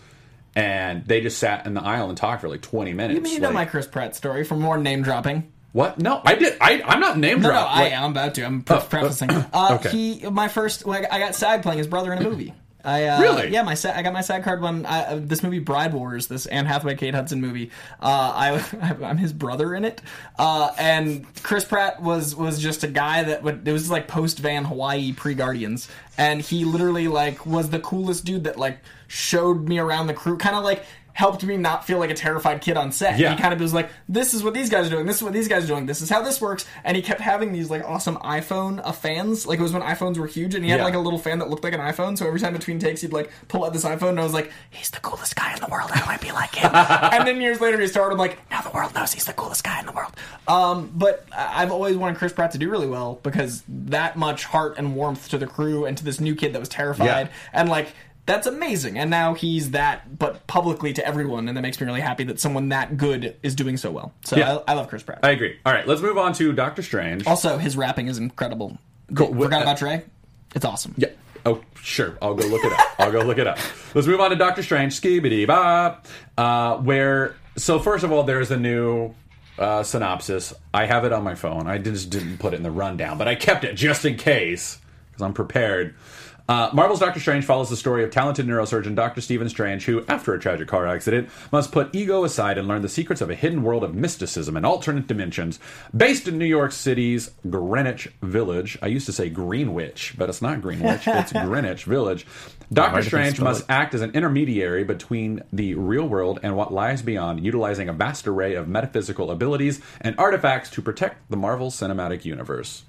Speaker 2: and they just sat in the aisle and talked for like twenty minutes.
Speaker 4: You mean you know
Speaker 2: Like,
Speaker 4: my Chris Pratt story for more name dropping?
Speaker 2: what? No, I did. I, I'm not name
Speaker 4: No, no,
Speaker 2: dropped.
Speaker 4: I
Speaker 2: Like-
Speaker 4: am I'm about to. I'm pre-
Speaker 2: Oh,
Speaker 4: prefacing. Uh,
Speaker 2: okay.
Speaker 4: He, my first, like, I got SAG playing his brother in a movie. I, uh,
Speaker 2: Really?
Speaker 4: Yeah, my sa- I got my SAG card when I, uh, this movie Bride Wars, this Anne Hathaway Kate Hudson movie. Uh, I <laughs> I'm his brother in it, uh, and Chris Pratt was was just a guy that would, it was like post Van Hawaii pre Guardians, and he literally like was the coolest dude that like showed me around the crew, kind of like helped me not feel like a terrified kid on set.
Speaker 2: Yeah.
Speaker 4: He kind of was like, this is what these guys are doing, this is what these guys are doing, this is how this works. And he kept having these like awesome iPhone uh, fans. Like it was when iPhones were huge and he had
Speaker 2: Yeah.
Speaker 4: like a little fan that looked like an iPhone. So every time between takes, he'd like pull out this iPhone and I was like, he's the coolest guy in the world. How do I be like
Speaker 2: <laughs>
Speaker 4: him? and then years later, he started I'm like, now the world knows he's the coolest guy in the world. Um, but I- I've always wanted Chris Pratt to do really well because that much heart and warmth to the crew and to this new kid that was terrified.
Speaker 2: Yeah.
Speaker 4: And like that's amazing. And now he's that, but publicly to everyone, and that makes me really happy that someone that good is doing so well. So
Speaker 2: Yeah.
Speaker 4: I, I love Chris Pratt.
Speaker 2: I agree. All right, let's move on to Doctor Strange.
Speaker 4: also, his rapping is incredible.
Speaker 2: Cool.
Speaker 4: Th- Forgot about Dre. It's awesome.
Speaker 2: yeah. Oh, sure. I'll go look it up. I'll go look it up. Let's move on to Doctor Strange. Skibidi bop. Uh, where? So first of all, there is a new uh, synopsis. I have it on my phone. I just didn't put it in the rundown, but I kept it just in case because I'm prepared. Uh, Marvel's Doctor Strange follows the story of talented neurosurgeon Dr. Stephen Strange, who, after a tragic car accident, must put ego aside and learn the secrets of a hidden world of mysticism and alternate dimensions. Based in New York City's Greenwich Village, I used to say Greenwich, but it's not
Speaker 5: <laughs>
Speaker 2: Greenwich, it's Greenwich Village. Doctor
Speaker 5: did they
Speaker 2: Strange
Speaker 5: spell
Speaker 2: must
Speaker 5: it?
Speaker 2: act as an intermediary between the real world and what lies beyond, utilizing a vast array of metaphysical abilities and artifacts to protect the Marvel Cinematic Universe.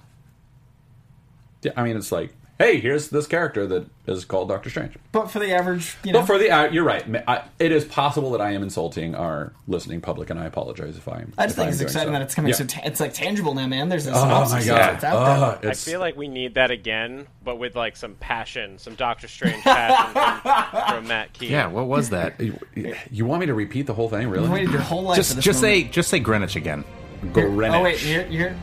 Speaker 2: Yeah, I mean, it's like, hey, here's this character that is called Doctor Strange.
Speaker 4: But for the average, you know,
Speaker 2: But for the, uh, you're right. Ma- I, it is possible that I am insulting our listening public, and I apologize if I'm.
Speaker 4: I just
Speaker 2: if
Speaker 4: think
Speaker 2: I'm
Speaker 4: it's
Speaker 2: doing
Speaker 4: exciting
Speaker 2: so.
Speaker 4: that it's coming.
Speaker 2: Yeah.
Speaker 4: So ta- it's like tangible now, man. There's this.
Speaker 2: oh my god!
Speaker 4: It's out there.
Speaker 2: Oh,
Speaker 6: I
Speaker 2: it's-
Speaker 6: feel like we need that again, but with like some passion, some Doctor Strange passion from, from Matt Key.
Speaker 5: Yeah. What was that?
Speaker 2: you, you want me to repeat the whole thing,
Speaker 4: You
Speaker 2: really?
Speaker 4: waited your whole life for
Speaker 5: just
Speaker 4: this
Speaker 5: just say
Speaker 4: moment.
Speaker 5: just say Greenwich again.
Speaker 2: Greenwich.
Speaker 4: Oh wait, you're, you're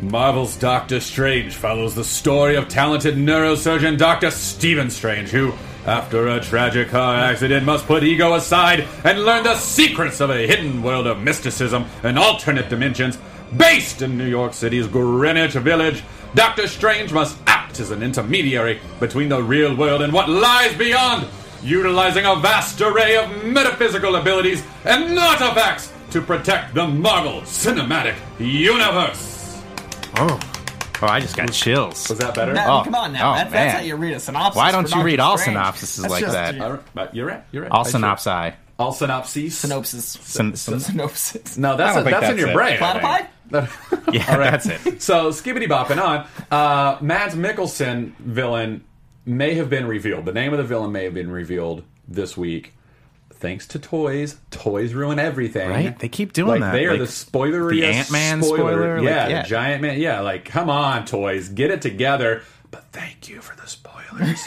Speaker 2: Marvel's Doctor Strange follows the story of talented neurosurgeon Dr. Stephen Strange, who, after a tragic car accident, must put ego aside and learn the secrets of a hidden world of mysticism and alternate dimensions. Based in New York City's Greenwich Village, Doctor Strange must act as an intermediary between the real world and what lies beyond, utilizing a vast array of metaphysical abilities and artifacts to protect the Marvel Cinematic Universe.
Speaker 5: Oh, oh, I just got chills.
Speaker 2: Was that better?
Speaker 4: Matt,
Speaker 5: Oh,
Speaker 4: come on now.
Speaker 5: oh,
Speaker 4: that's, that's how
Speaker 5: man.
Speaker 4: you read a synopsis.
Speaker 5: Why don't
Speaker 4: for
Speaker 5: you read
Speaker 4: Doctor
Speaker 5: all
Speaker 4: Strange.
Speaker 5: synopses
Speaker 4: That's
Speaker 5: like
Speaker 4: just
Speaker 5: that?
Speaker 4: you-
Speaker 2: All right, but you're right. You're right.
Speaker 5: All
Speaker 2: I should-
Speaker 5: synopsi.
Speaker 2: All synopses.
Speaker 4: synopses.
Speaker 5: Syn- syn-
Speaker 4: Synopsis.
Speaker 2: No,
Speaker 5: I
Speaker 2: that's
Speaker 5: don't
Speaker 2: that's, in
Speaker 5: think that's
Speaker 2: your
Speaker 5: it.
Speaker 2: brain. I
Speaker 4: Platypi?
Speaker 2: think. <laughs>
Speaker 5: yeah, that's it.
Speaker 2: so skibbity bopping on. Uh, Mads Mikkelsen villain may have been revealed. The name of the villain may have been revealed this week. Thanks to toys, toys ruin everything.
Speaker 5: Right? They keep
Speaker 2: Like,
Speaker 5: doing that.
Speaker 2: They are
Speaker 5: Like,
Speaker 2: the spoilery
Speaker 5: the Ant-Man spoiler, like,
Speaker 2: yeah,
Speaker 5: yeah.
Speaker 2: The giant man. Yeah, like come on, toys, get it together. But thank you for the
Speaker 4: <laughs>
Speaker 2: spoilers.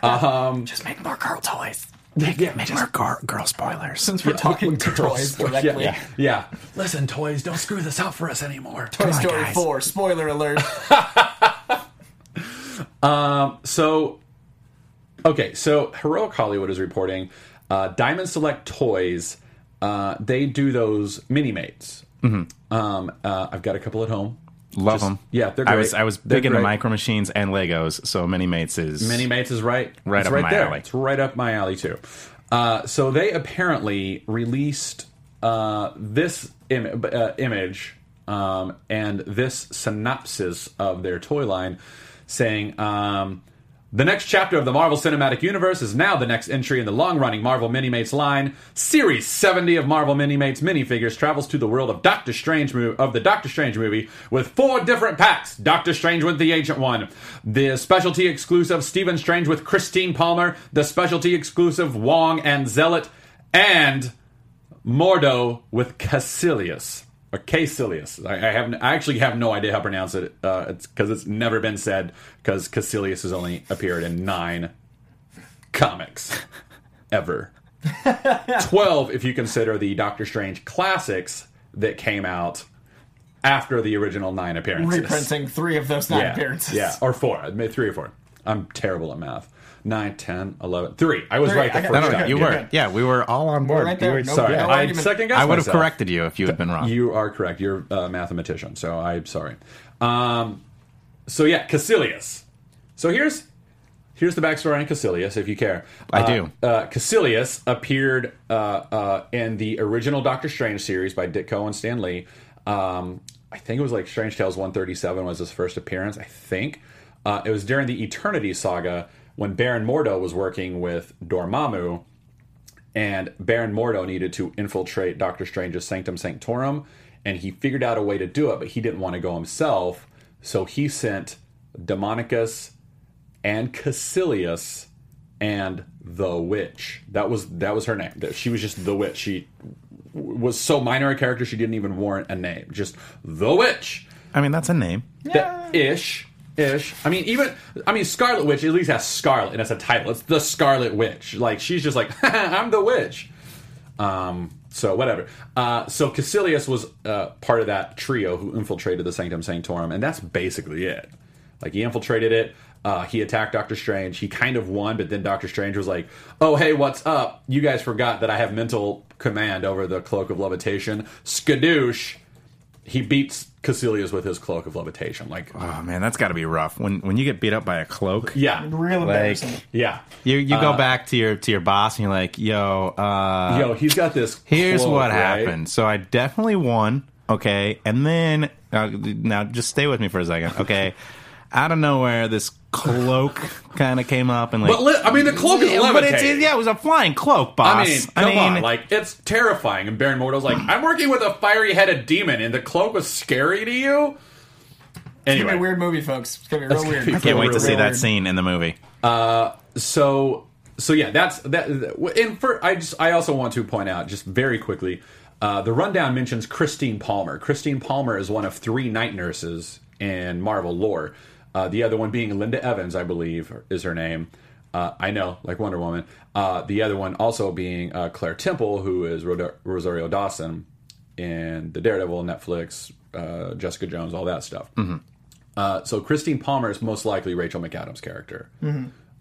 Speaker 2: <laughs> Um,
Speaker 4: Just make more girl toys.
Speaker 2: yeah, just-
Speaker 5: girl spoilers.
Speaker 4: Since we're talking to
Speaker 2: Girl
Speaker 4: toys
Speaker 2: spoil-
Speaker 4: directly.
Speaker 2: Yeah, yeah. Listen, toys, don't screw this out for us anymore.
Speaker 4: Toy
Speaker 5: on,
Speaker 4: Story
Speaker 5: guys.
Speaker 4: 4, spoiler alert.
Speaker 2: So, okay, so Heroic Hollywood is reporting uh, Diamond Select Toys. Uh, they do those mini mates. Um, uh, I've got a couple at home.
Speaker 5: Mm-hmm. Love
Speaker 2: Just-
Speaker 5: them.
Speaker 2: yeah, they're
Speaker 5: I was
Speaker 2: great.
Speaker 5: I was
Speaker 2: They're
Speaker 5: big into
Speaker 2: great.
Speaker 5: micro machines and Legos, so Mini Mates is
Speaker 2: Mini Mates is right,
Speaker 5: Right
Speaker 2: it's
Speaker 5: up
Speaker 2: right
Speaker 5: my
Speaker 2: there.
Speaker 5: alley.
Speaker 2: It's right up my alley too. Uh, so they apparently released uh, this Im- uh, image um, and this synopsis of their toy line, saying. Um, the next chapter of the Marvel Cinematic Universe is now the next entry in the long running Marvel Minimates line. Series 70 of Marvel Minimates minifigures travels to the world of Doctor Strange mo- of the Doctor Strange movie with four different packs. Doctor Strange with the Ancient One, the specialty exclusive Stephen Strange with Christine Palmer, the specialty exclusive Wong and Zealot, and Mordo with Cassilius or Cassilius. I, I have I actually have no idea how to pronounce it because it's, 'cause it's never been said because Cassilius has only appeared in nine comics
Speaker 4: <laughs>
Speaker 2: ever. Twelve, if you consider the Doctor Strange classics that came out after the original nine appearances.
Speaker 4: Reprinting three of those nine
Speaker 2: yeah,
Speaker 4: appearances.
Speaker 2: yeah, or four, maybe three or four. I'm terrible at math. Nine, ten, eleven, three. I was
Speaker 4: Three,
Speaker 2: right the
Speaker 4: I
Speaker 2: first
Speaker 4: got-
Speaker 5: No, no,
Speaker 2: time.
Speaker 5: no, you
Speaker 2: Yeah.
Speaker 5: were. Yeah, we were all on board.
Speaker 4: right
Speaker 5: You
Speaker 4: there.
Speaker 5: were-
Speaker 4: No,
Speaker 2: Sorry,
Speaker 4: no
Speaker 2: I
Speaker 4: argument.
Speaker 2: second guessed
Speaker 5: I would have
Speaker 2: myself.
Speaker 5: corrected you if you had been wrong.
Speaker 2: You are correct. You're a mathematician, so I'm sorry. Um, so yeah, Cassilius. So here's here's the backstory on Cassilius, if you care.
Speaker 5: I
Speaker 2: Uh,
Speaker 5: do.
Speaker 2: Uh, Cassilius appeared uh, uh, in the original Doctor Strange series by Dick Cohen, Stan Lee. Um, I think it was like Strange Tales 137 was his first appearance. I think uh, it was during the Eternity Saga when Baron Mordo was working with Dormammu and Baron Mordo needed to infiltrate Doctor Strange's Sanctum Sanctorum, and he figured out a way to do it, but he didn't want to go himself, so he sent Demonicus and Cassilius and the Witch. That was that was her name. That- She was just the Witch. She w- was so minor a character she didn't even warrant a name. Just the Witch.
Speaker 5: I mean, that's a name.
Speaker 2: That ish, ish. I mean, even I mean, Scarlet Witch at least has Scarlet, and it's a title. It's the Scarlet Witch. Like she's just like <laughs> I'm the witch. Um. So whatever. Uh. So Cassilius was uh, part of that trio who infiltrated the Sanctum Sanctorum, and that's basically it. Like he infiltrated it. Uh, he attacked Doctor Strange. He kind of won, but then Doctor Strange was like, "Oh, hey, what's up? You guys forgot that I have mental command over the cloak of levitation, skadoosh." he beats Cassilius with his cloak of levitation. Like,
Speaker 5: Oh man, that's got to be rough. When when you get beat up by a cloak,
Speaker 2: yeah,
Speaker 4: <laughs> Real
Speaker 5: like
Speaker 4: embarrassing.
Speaker 2: yeah.
Speaker 5: you you go back to your to your boss and you're like, yo, uh,
Speaker 2: Yo, he's got this.
Speaker 5: here's
Speaker 2: cloak,
Speaker 5: what
Speaker 2: right?
Speaker 5: happened. So I definitely won. Okay, and then uh, now just stay with me for a second. Okay, out of nowhere, this cloak kind of came up and like,
Speaker 2: But li- I mean, the cloak is
Speaker 5: Yeah, but it's,
Speaker 2: levitating.
Speaker 5: yeah, it was a flying cloak,
Speaker 2: I
Speaker 5: boss.
Speaker 2: mean, come on, like it's terrifying. And Baron Mordo's like,
Speaker 5: Mm.
Speaker 2: "I'm working with a fiery-headed demon, and the cloak was scary to you."
Speaker 4: It's gonna be a
Speaker 2: Anyway,
Speaker 4: weird movie, folks. It's gonna be real
Speaker 2: That's
Speaker 4: weird.
Speaker 2: gonna be
Speaker 5: can't wait to see
Speaker 2: Real
Speaker 5: that scene in the movie.
Speaker 2: so so yeah, that's that. And for I just I also want to point out just very quickly, uh, the rundown mentions Christine Palmer. Christine Palmer is one of three night nurses in Marvel lore. Uh, the other one being Linda Evans, I believe, is her name. Uh, I know, like Wonder Woman. Uh, the other one also being uh, Claire Temple, who is Rod- Rosario Dawson in the Daredevil, Netflix, uh, Jessica Jones, all that stuff. Uh, so Christine Palmer is most likely Rachel McAdams' character,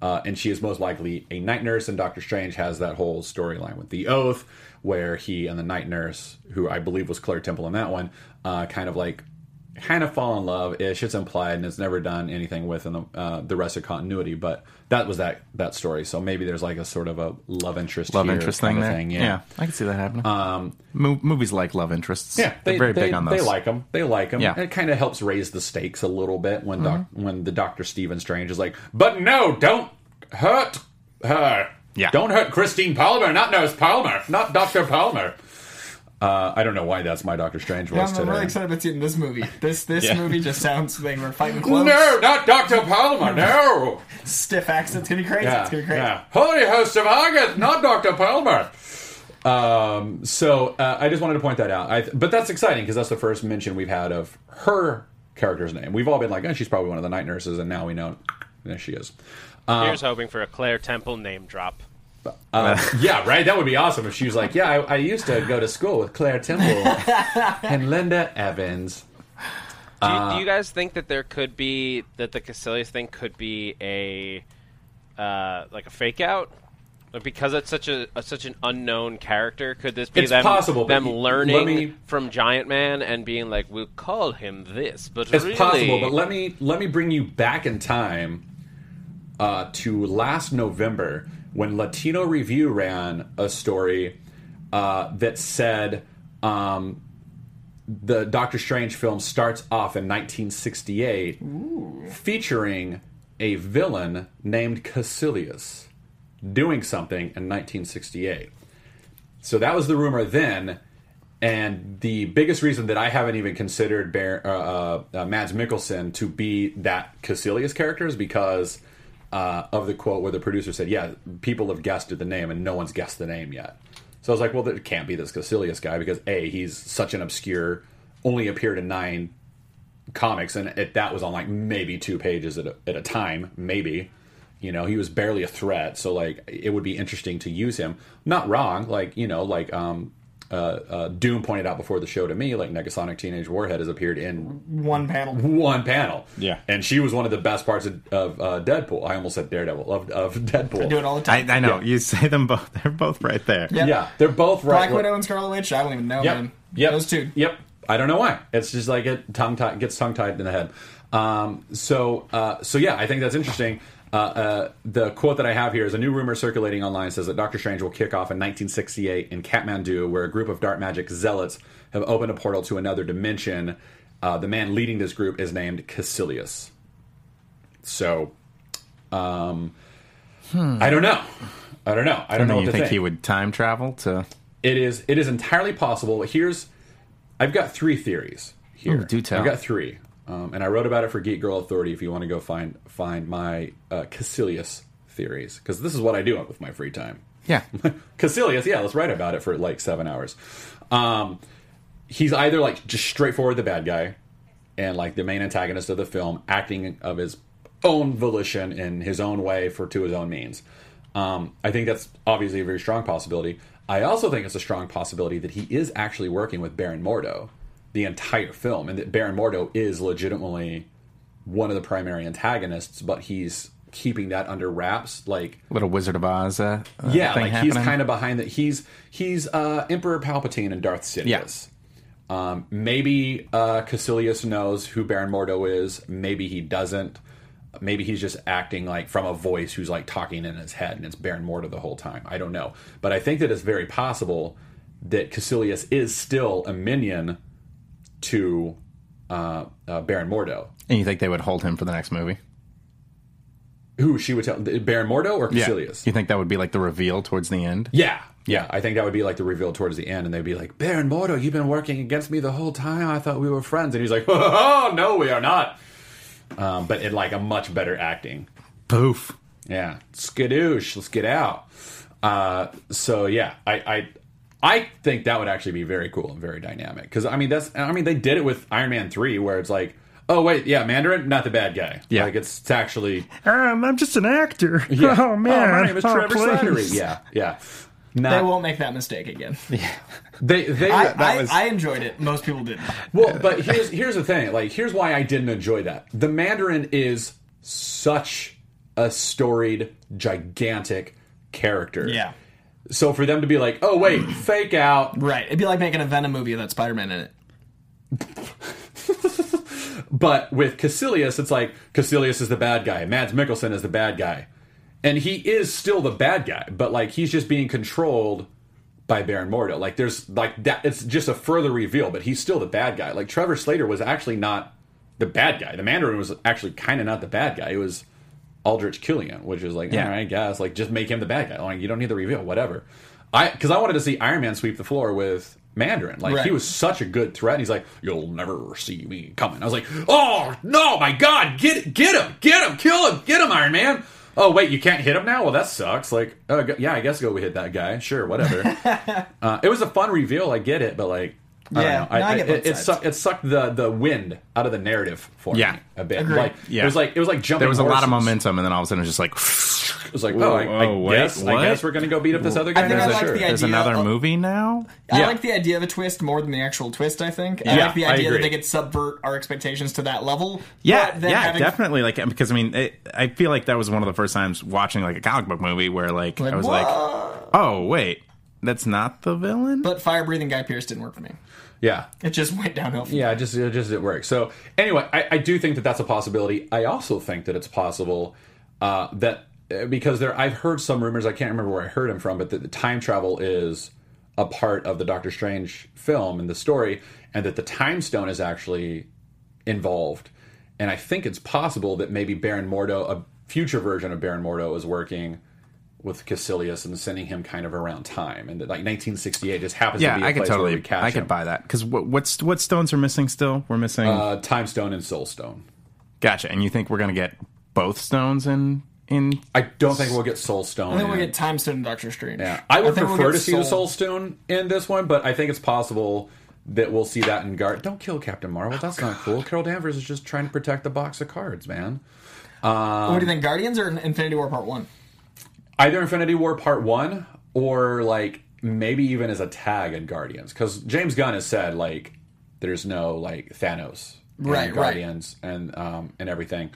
Speaker 2: uh, and she is most likely a night nurse. And Doctor Strange has that whole storyline with the Oath, where he and the night nurse, who I believe was Claire Temple in that one, uh, kind of like kind of fall in love ish. It's implied, and it's never done anything with in the, uh, the rest of continuity. But that was that that story. So maybe there's like a sort of a love interest,
Speaker 5: Love
Speaker 2: here
Speaker 5: interest
Speaker 2: kind
Speaker 5: thing
Speaker 2: of
Speaker 5: there.
Speaker 2: thing.
Speaker 5: yeah. I can see that happening. Um, Mo- movies like love interests.
Speaker 2: Yeah,
Speaker 5: they,
Speaker 2: they,
Speaker 5: are very
Speaker 2: they,
Speaker 5: big on those.
Speaker 2: They like them. They like them.
Speaker 5: Yeah. Mm-hmm.
Speaker 2: It kind of helps raise the stakes a little bit when doc, when the Doctor Stephen Strange is like, "But no, don't hurt her.
Speaker 5: Yeah.
Speaker 2: don't hurt Christine Palmer. Not Nurse Palmer. Not Doctor Palmer." Uh, I don't know why that's my Doctor Strange
Speaker 4: Yeah,
Speaker 2: voice
Speaker 4: I'm
Speaker 2: today.
Speaker 4: really excited about seeing this movie. This this
Speaker 5: Yeah.
Speaker 4: movie just sounds like we're fighting close.
Speaker 2: No, not Doctor Palmer. No.
Speaker 4: Stiff accents. It's gonna be crazy.
Speaker 2: Yeah,
Speaker 4: It's gonna be crazy.
Speaker 2: yeah. Holy host of August, not Dr. Palmer. Um, so uh, I just wanted to point that out. I, but that's exciting because that's the first mention we've had of her character's name. We've all been like, oh, she's probably one of the night nurses, and now we know there she is.
Speaker 6: Here's hoping for a Claire Temple name drop.
Speaker 2: Uh, yeah, right? That would be awesome if she was like, yeah, I, I used to go to school with Claire
Speaker 4: <laughs>
Speaker 2: Temple and Linda Evans.
Speaker 6: Do,
Speaker 2: Uh,
Speaker 6: do you guys think that there could be that the Casillas thing could be a uh, like a fake out? Like, Because it's such a, a such an unknown character, could this be
Speaker 2: It's
Speaker 6: them
Speaker 2: possible, but
Speaker 6: them
Speaker 2: y-
Speaker 6: learning
Speaker 2: let me-
Speaker 6: from Giant Man and being like, "We'll call him this," but
Speaker 2: It's
Speaker 6: really,
Speaker 2: possible, but let me let me bring you back in time uh, to last November when Latino Review ran a story uh, that said um, the Doctor Strange film starts off in 1968, featuring a villain named Cassilius doing something in 1968. So that was the rumor then. And the biggest reason that I haven't even considered Bar- uh, uh, uh, Mads Mikkelsen to be that Cassilius character is because uh, of the quote where the producer said, "Yeah, people have guessed at the name, and no one's guessed the name yet." So I was like, "Well, it can't be this Cassilius guy because a he's such an obscure, only appeared in nine comics, and it, that was on like maybe two pages at a, at a time, maybe. You know, he was barely a threat, so like it would be interesting to use him. Not wrong, like you know, like um, uh, uh, Doom pointed out before the show to me, like Negasonic Teenage Warhead has appeared in
Speaker 4: One panel.
Speaker 2: one panel,
Speaker 5: Yeah.
Speaker 2: and she was one of the best parts of, of uh, Deadpool. I almost said Daredevil of, of Deadpool.
Speaker 4: I do it all the
Speaker 5: I,
Speaker 4: time.
Speaker 5: I know you say them both. <laughs> They're both right there.
Speaker 4: Yeah.
Speaker 2: yeah, they're both right.
Speaker 4: Black Widow and Scarlet Witch. I don't even know,
Speaker 2: Yep.
Speaker 4: man.
Speaker 2: Yep.
Speaker 4: Those two.
Speaker 2: Yep. I don't know why. It's just like it tongue tied gets tongue tied in the head. Um, so uh, so yeah, I think that's interesting. Uh, uh, the quote that I have here is a new rumor circulating online says that Doctor Strange will kick off in 1968 in Kathmandu, where a group of dark magic zealots have opened a portal to another dimension. Uh, the man leading this group is named Cassilius. So, um, I don't know. I don't know. I don't know. What
Speaker 5: And then Hmm. you
Speaker 2: to
Speaker 5: think
Speaker 2: think
Speaker 5: he would time travel to
Speaker 2: it is it is entirely possible. Here's I've got three theories here.
Speaker 5: Ooh, do tell.
Speaker 2: I've got three, um, and I wrote about it for Geek Girl Authority. If you want to go find find my uh, Cassilius theories, because this is what I do with my free time.
Speaker 5: <laughs> yeah.
Speaker 2: <laughs> Cassilius, yeah, let's write about it for like seven hours. Um, he's either like just straightforward the bad guy, and like the main antagonist of the film, acting of his own volition in his own way for to his own means. Um, I think that's obviously a very strong possibility. I also think it's a strong possibility that he is actually working with Baron Mordo the entire film, and that Baron Mordo is legitimately one of the primary antagonists, but he's keeping that under wraps, like
Speaker 5: Little Wizard of Oz. Uh, uh,
Speaker 2: yeah,
Speaker 5: thing
Speaker 2: like he's
Speaker 5: happening.
Speaker 2: kind of behind that. He's he's uh, Emperor Palpatine and Darth Sidious. Um, maybe uh, Cassilius knows who Baron Mordo is. Maybe he doesn't. Maybe he's just acting like from a voice who's like talking in his head, and it's Baron Mordo the whole time. I don't know, but I think that it's very possible that Cassilius is still a minion to uh, uh, Baron Mordo.
Speaker 5: And you think they would hold him for the next movie?
Speaker 2: Who she would tell Baron Mordo or Cassilius?
Speaker 5: You think that would be like the reveal towards the end?
Speaker 2: Yeah, yeah. I think that would be like the reveal towards the end, and they'd be like, Baron Mordo, you've been working against me the whole time. I thought we were friends. And he's like, <laughs> Oh, no, we are not. Um, but in like a much better acting.
Speaker 5: Poof.
Speaker 2: Yeah. Skadoosh, let's get out. Uh, so yeah, I, I I think that would actually be very cool and very dynamic. Because I mean that's I mean they did it with Iron Man three where it's like, oh wait, yeah, Mandarin, not the bad guy.
Speaker 5: Yeah.
Speaker 2: Like it's, it's actually
Speaker 5: Um, I'm just an actor. <laughs> Oh,
Speaker 2: yeah. Oh, my name is Trevor Slattery. Yeah, yeah. Not,
Speaker 4: They won't make that mistake again.
Speaker 2: They, they,
Speaker 4: I,
Speaker 2: that
Speaker 4: I,
Speaker 2: was-
Speaker 4: I enjoyed it. Most people didn't.
Speaker 2: Well, but here's here's the thing. Like, here's why I didn't enjoy that. The Mandarin is such a storied, gigantic character.
Speaker 4: Yeah.
Speaker 2: So for them to be like, oh
Speaker 4: <clears throat>
Speaker 2: wait, fake out,
Speaker 4: Right. It'd be like making a Venom movie without Spider Man in it.
Speaker 2: but with Cassilius, it's like Cassilius is the bad guy. Mads Mikkelsen is the bad guy, and he is still the bad guy, but like he's just being controlled by Baron Mordo. Like there's like that. It's just a further reveal, but he's still the bad guy. Like Trevor Slater was actually not the bad guy. The Mandarin was actually kind of not the bad guy. It was Aldrich Killian, which is like,
Speaker 5: Yeah.
Speaker 2: all right, guys, like just make him the bad guy. Like you don't need the reveal, whatever. I because I wanted to see Iron Man sweep the floor with Mandarin. Like he
Speaker 4: Right.
Speaker 2: was such a good threat. And he's like, "You'll never see me coming." I was like, "Oh no, my God! Get get him! Get him! Kill him! Get him, Iron Man!" Oh wait, you can't hit him now. Well, that sucks. Like, oh g- yeah, I guess go we hit that guy. Sure, whatever. uh, it was a fun reveal. I get it, but like, I
Speaker 4: Yeah,
Speaker 2: don't know. I,
Speaker 4: no, I
Speaker 2: I-
Speaker 4: get both
Speaker 2: it, it,
Speaker 4: sides.
Speaker 2: sucked, it sucked the the wind out of the narrative for
Speaker 5: Yeah.
Speaker 2: me a bit.
Speaker 4: Agreed.
Speaker 2: Like,
Speaker 5: Yeah.
Speaker 2: it was like it was like jumping.
Speaker 5: There was a lot of
Speaker 2: horses.
Speaker 5: momentum, and then all of a sudden, it was just like <laughs>
Speaker 2: It was like,
Speaker 5: Whoa,
Speaker 2: oh, I, I
Speaker 5: whoa, wait,
Speaker 2: guess I
Speaker 5: what?
Speaker 2: guess we're gonna go beat up this other guy.
Speaker 4: I think
Speaker 2: now,
Speaker 4: I
Speaker 2: so
Speaker 4: like
Speaker 2: sure.
Speaker 4: the idea.
Speaker 5: there's another
Speaker 4: of-
Speaker 5: movie now.
Speaker 4: I
Speaker 2: Yeah.
Speaker 4: like the idea of a twist more than the actual twist. I think. I
Speaker 2: Yeah,
Speaker 4: like the
Speaker 2: I
Speaker 4: idea that
Speaker 2: agree.
Speaker 4: they could subvert our expectations to that level.
Speaker 5: Yeah,
Speaker 4: but then
Speaker 5: yeah,
Speaker 4: having-
Speaker 5: definitely. Like because I mean, it, I feel like that was one of the first times watching like a comic book movie where like, I was like, oh wait, that's not the villain.
Speaker 4: But fire breathing guy Pierce didn't work for me.
Speaker 2: Yeah,
Speaker 4: It just went downhill. From
Speaker 2: yeah, it just it just didn't work. So anyway, I, I do think that that's a possibility. I also think that it's possible uh, that uh, because there I've heard some rumors. I can't remember where I heard them from, but that the time travel is a part of the Doctor Strange film and the story, and that the time stone is actually involved. And I think it's possible that maybe Baron Mordo, a future version of Baron Mordo, is working with Cassilius and sending him kind of around time, and that like 1968 just happens to
Speaker 5: yeah,
Speaker 2: be a
Speaker 5: I could
Speaker 2: place where
Speaker 5: totally,
Speaker 2: we catch
Speaker 5: I could
Speaker 2: him.
Speaker 5: buy that because what, what's what stones are missing still? We're missing.
Speaker 2: uh, Time Stone and Soul Stone.
Speaker 5: gotcha. And you think we're gonna get both stones in in?
Speaker 2: I don't think we'll get Soul Stone.
Speaker 4: I think we'll
Speaker 2: in.
Speaker 4: get Time Stone and Doctor Strange.
Speaker 2: Yeah. I would
Speaker 4: think we'll
Speaker 2: prefer
Speaker 4: get
Speaker 2: to see the Soul Stone in this one, but I think it's possible that we'll see that in Guard. Don't kill Captain Marvel. That's not cool. Carol Danvers is just trying to protect the box of cards, man.
Speaker 4: what do you think, Guardians or Infinity War Part One?
Speaker 2: Either Infinity War Part One or like maybe even as a tag in Guardians, because James Gunn has said like there's no like Thanos in
Speaker 4: Right, right.
Speaker 2: Guardians and um and everything.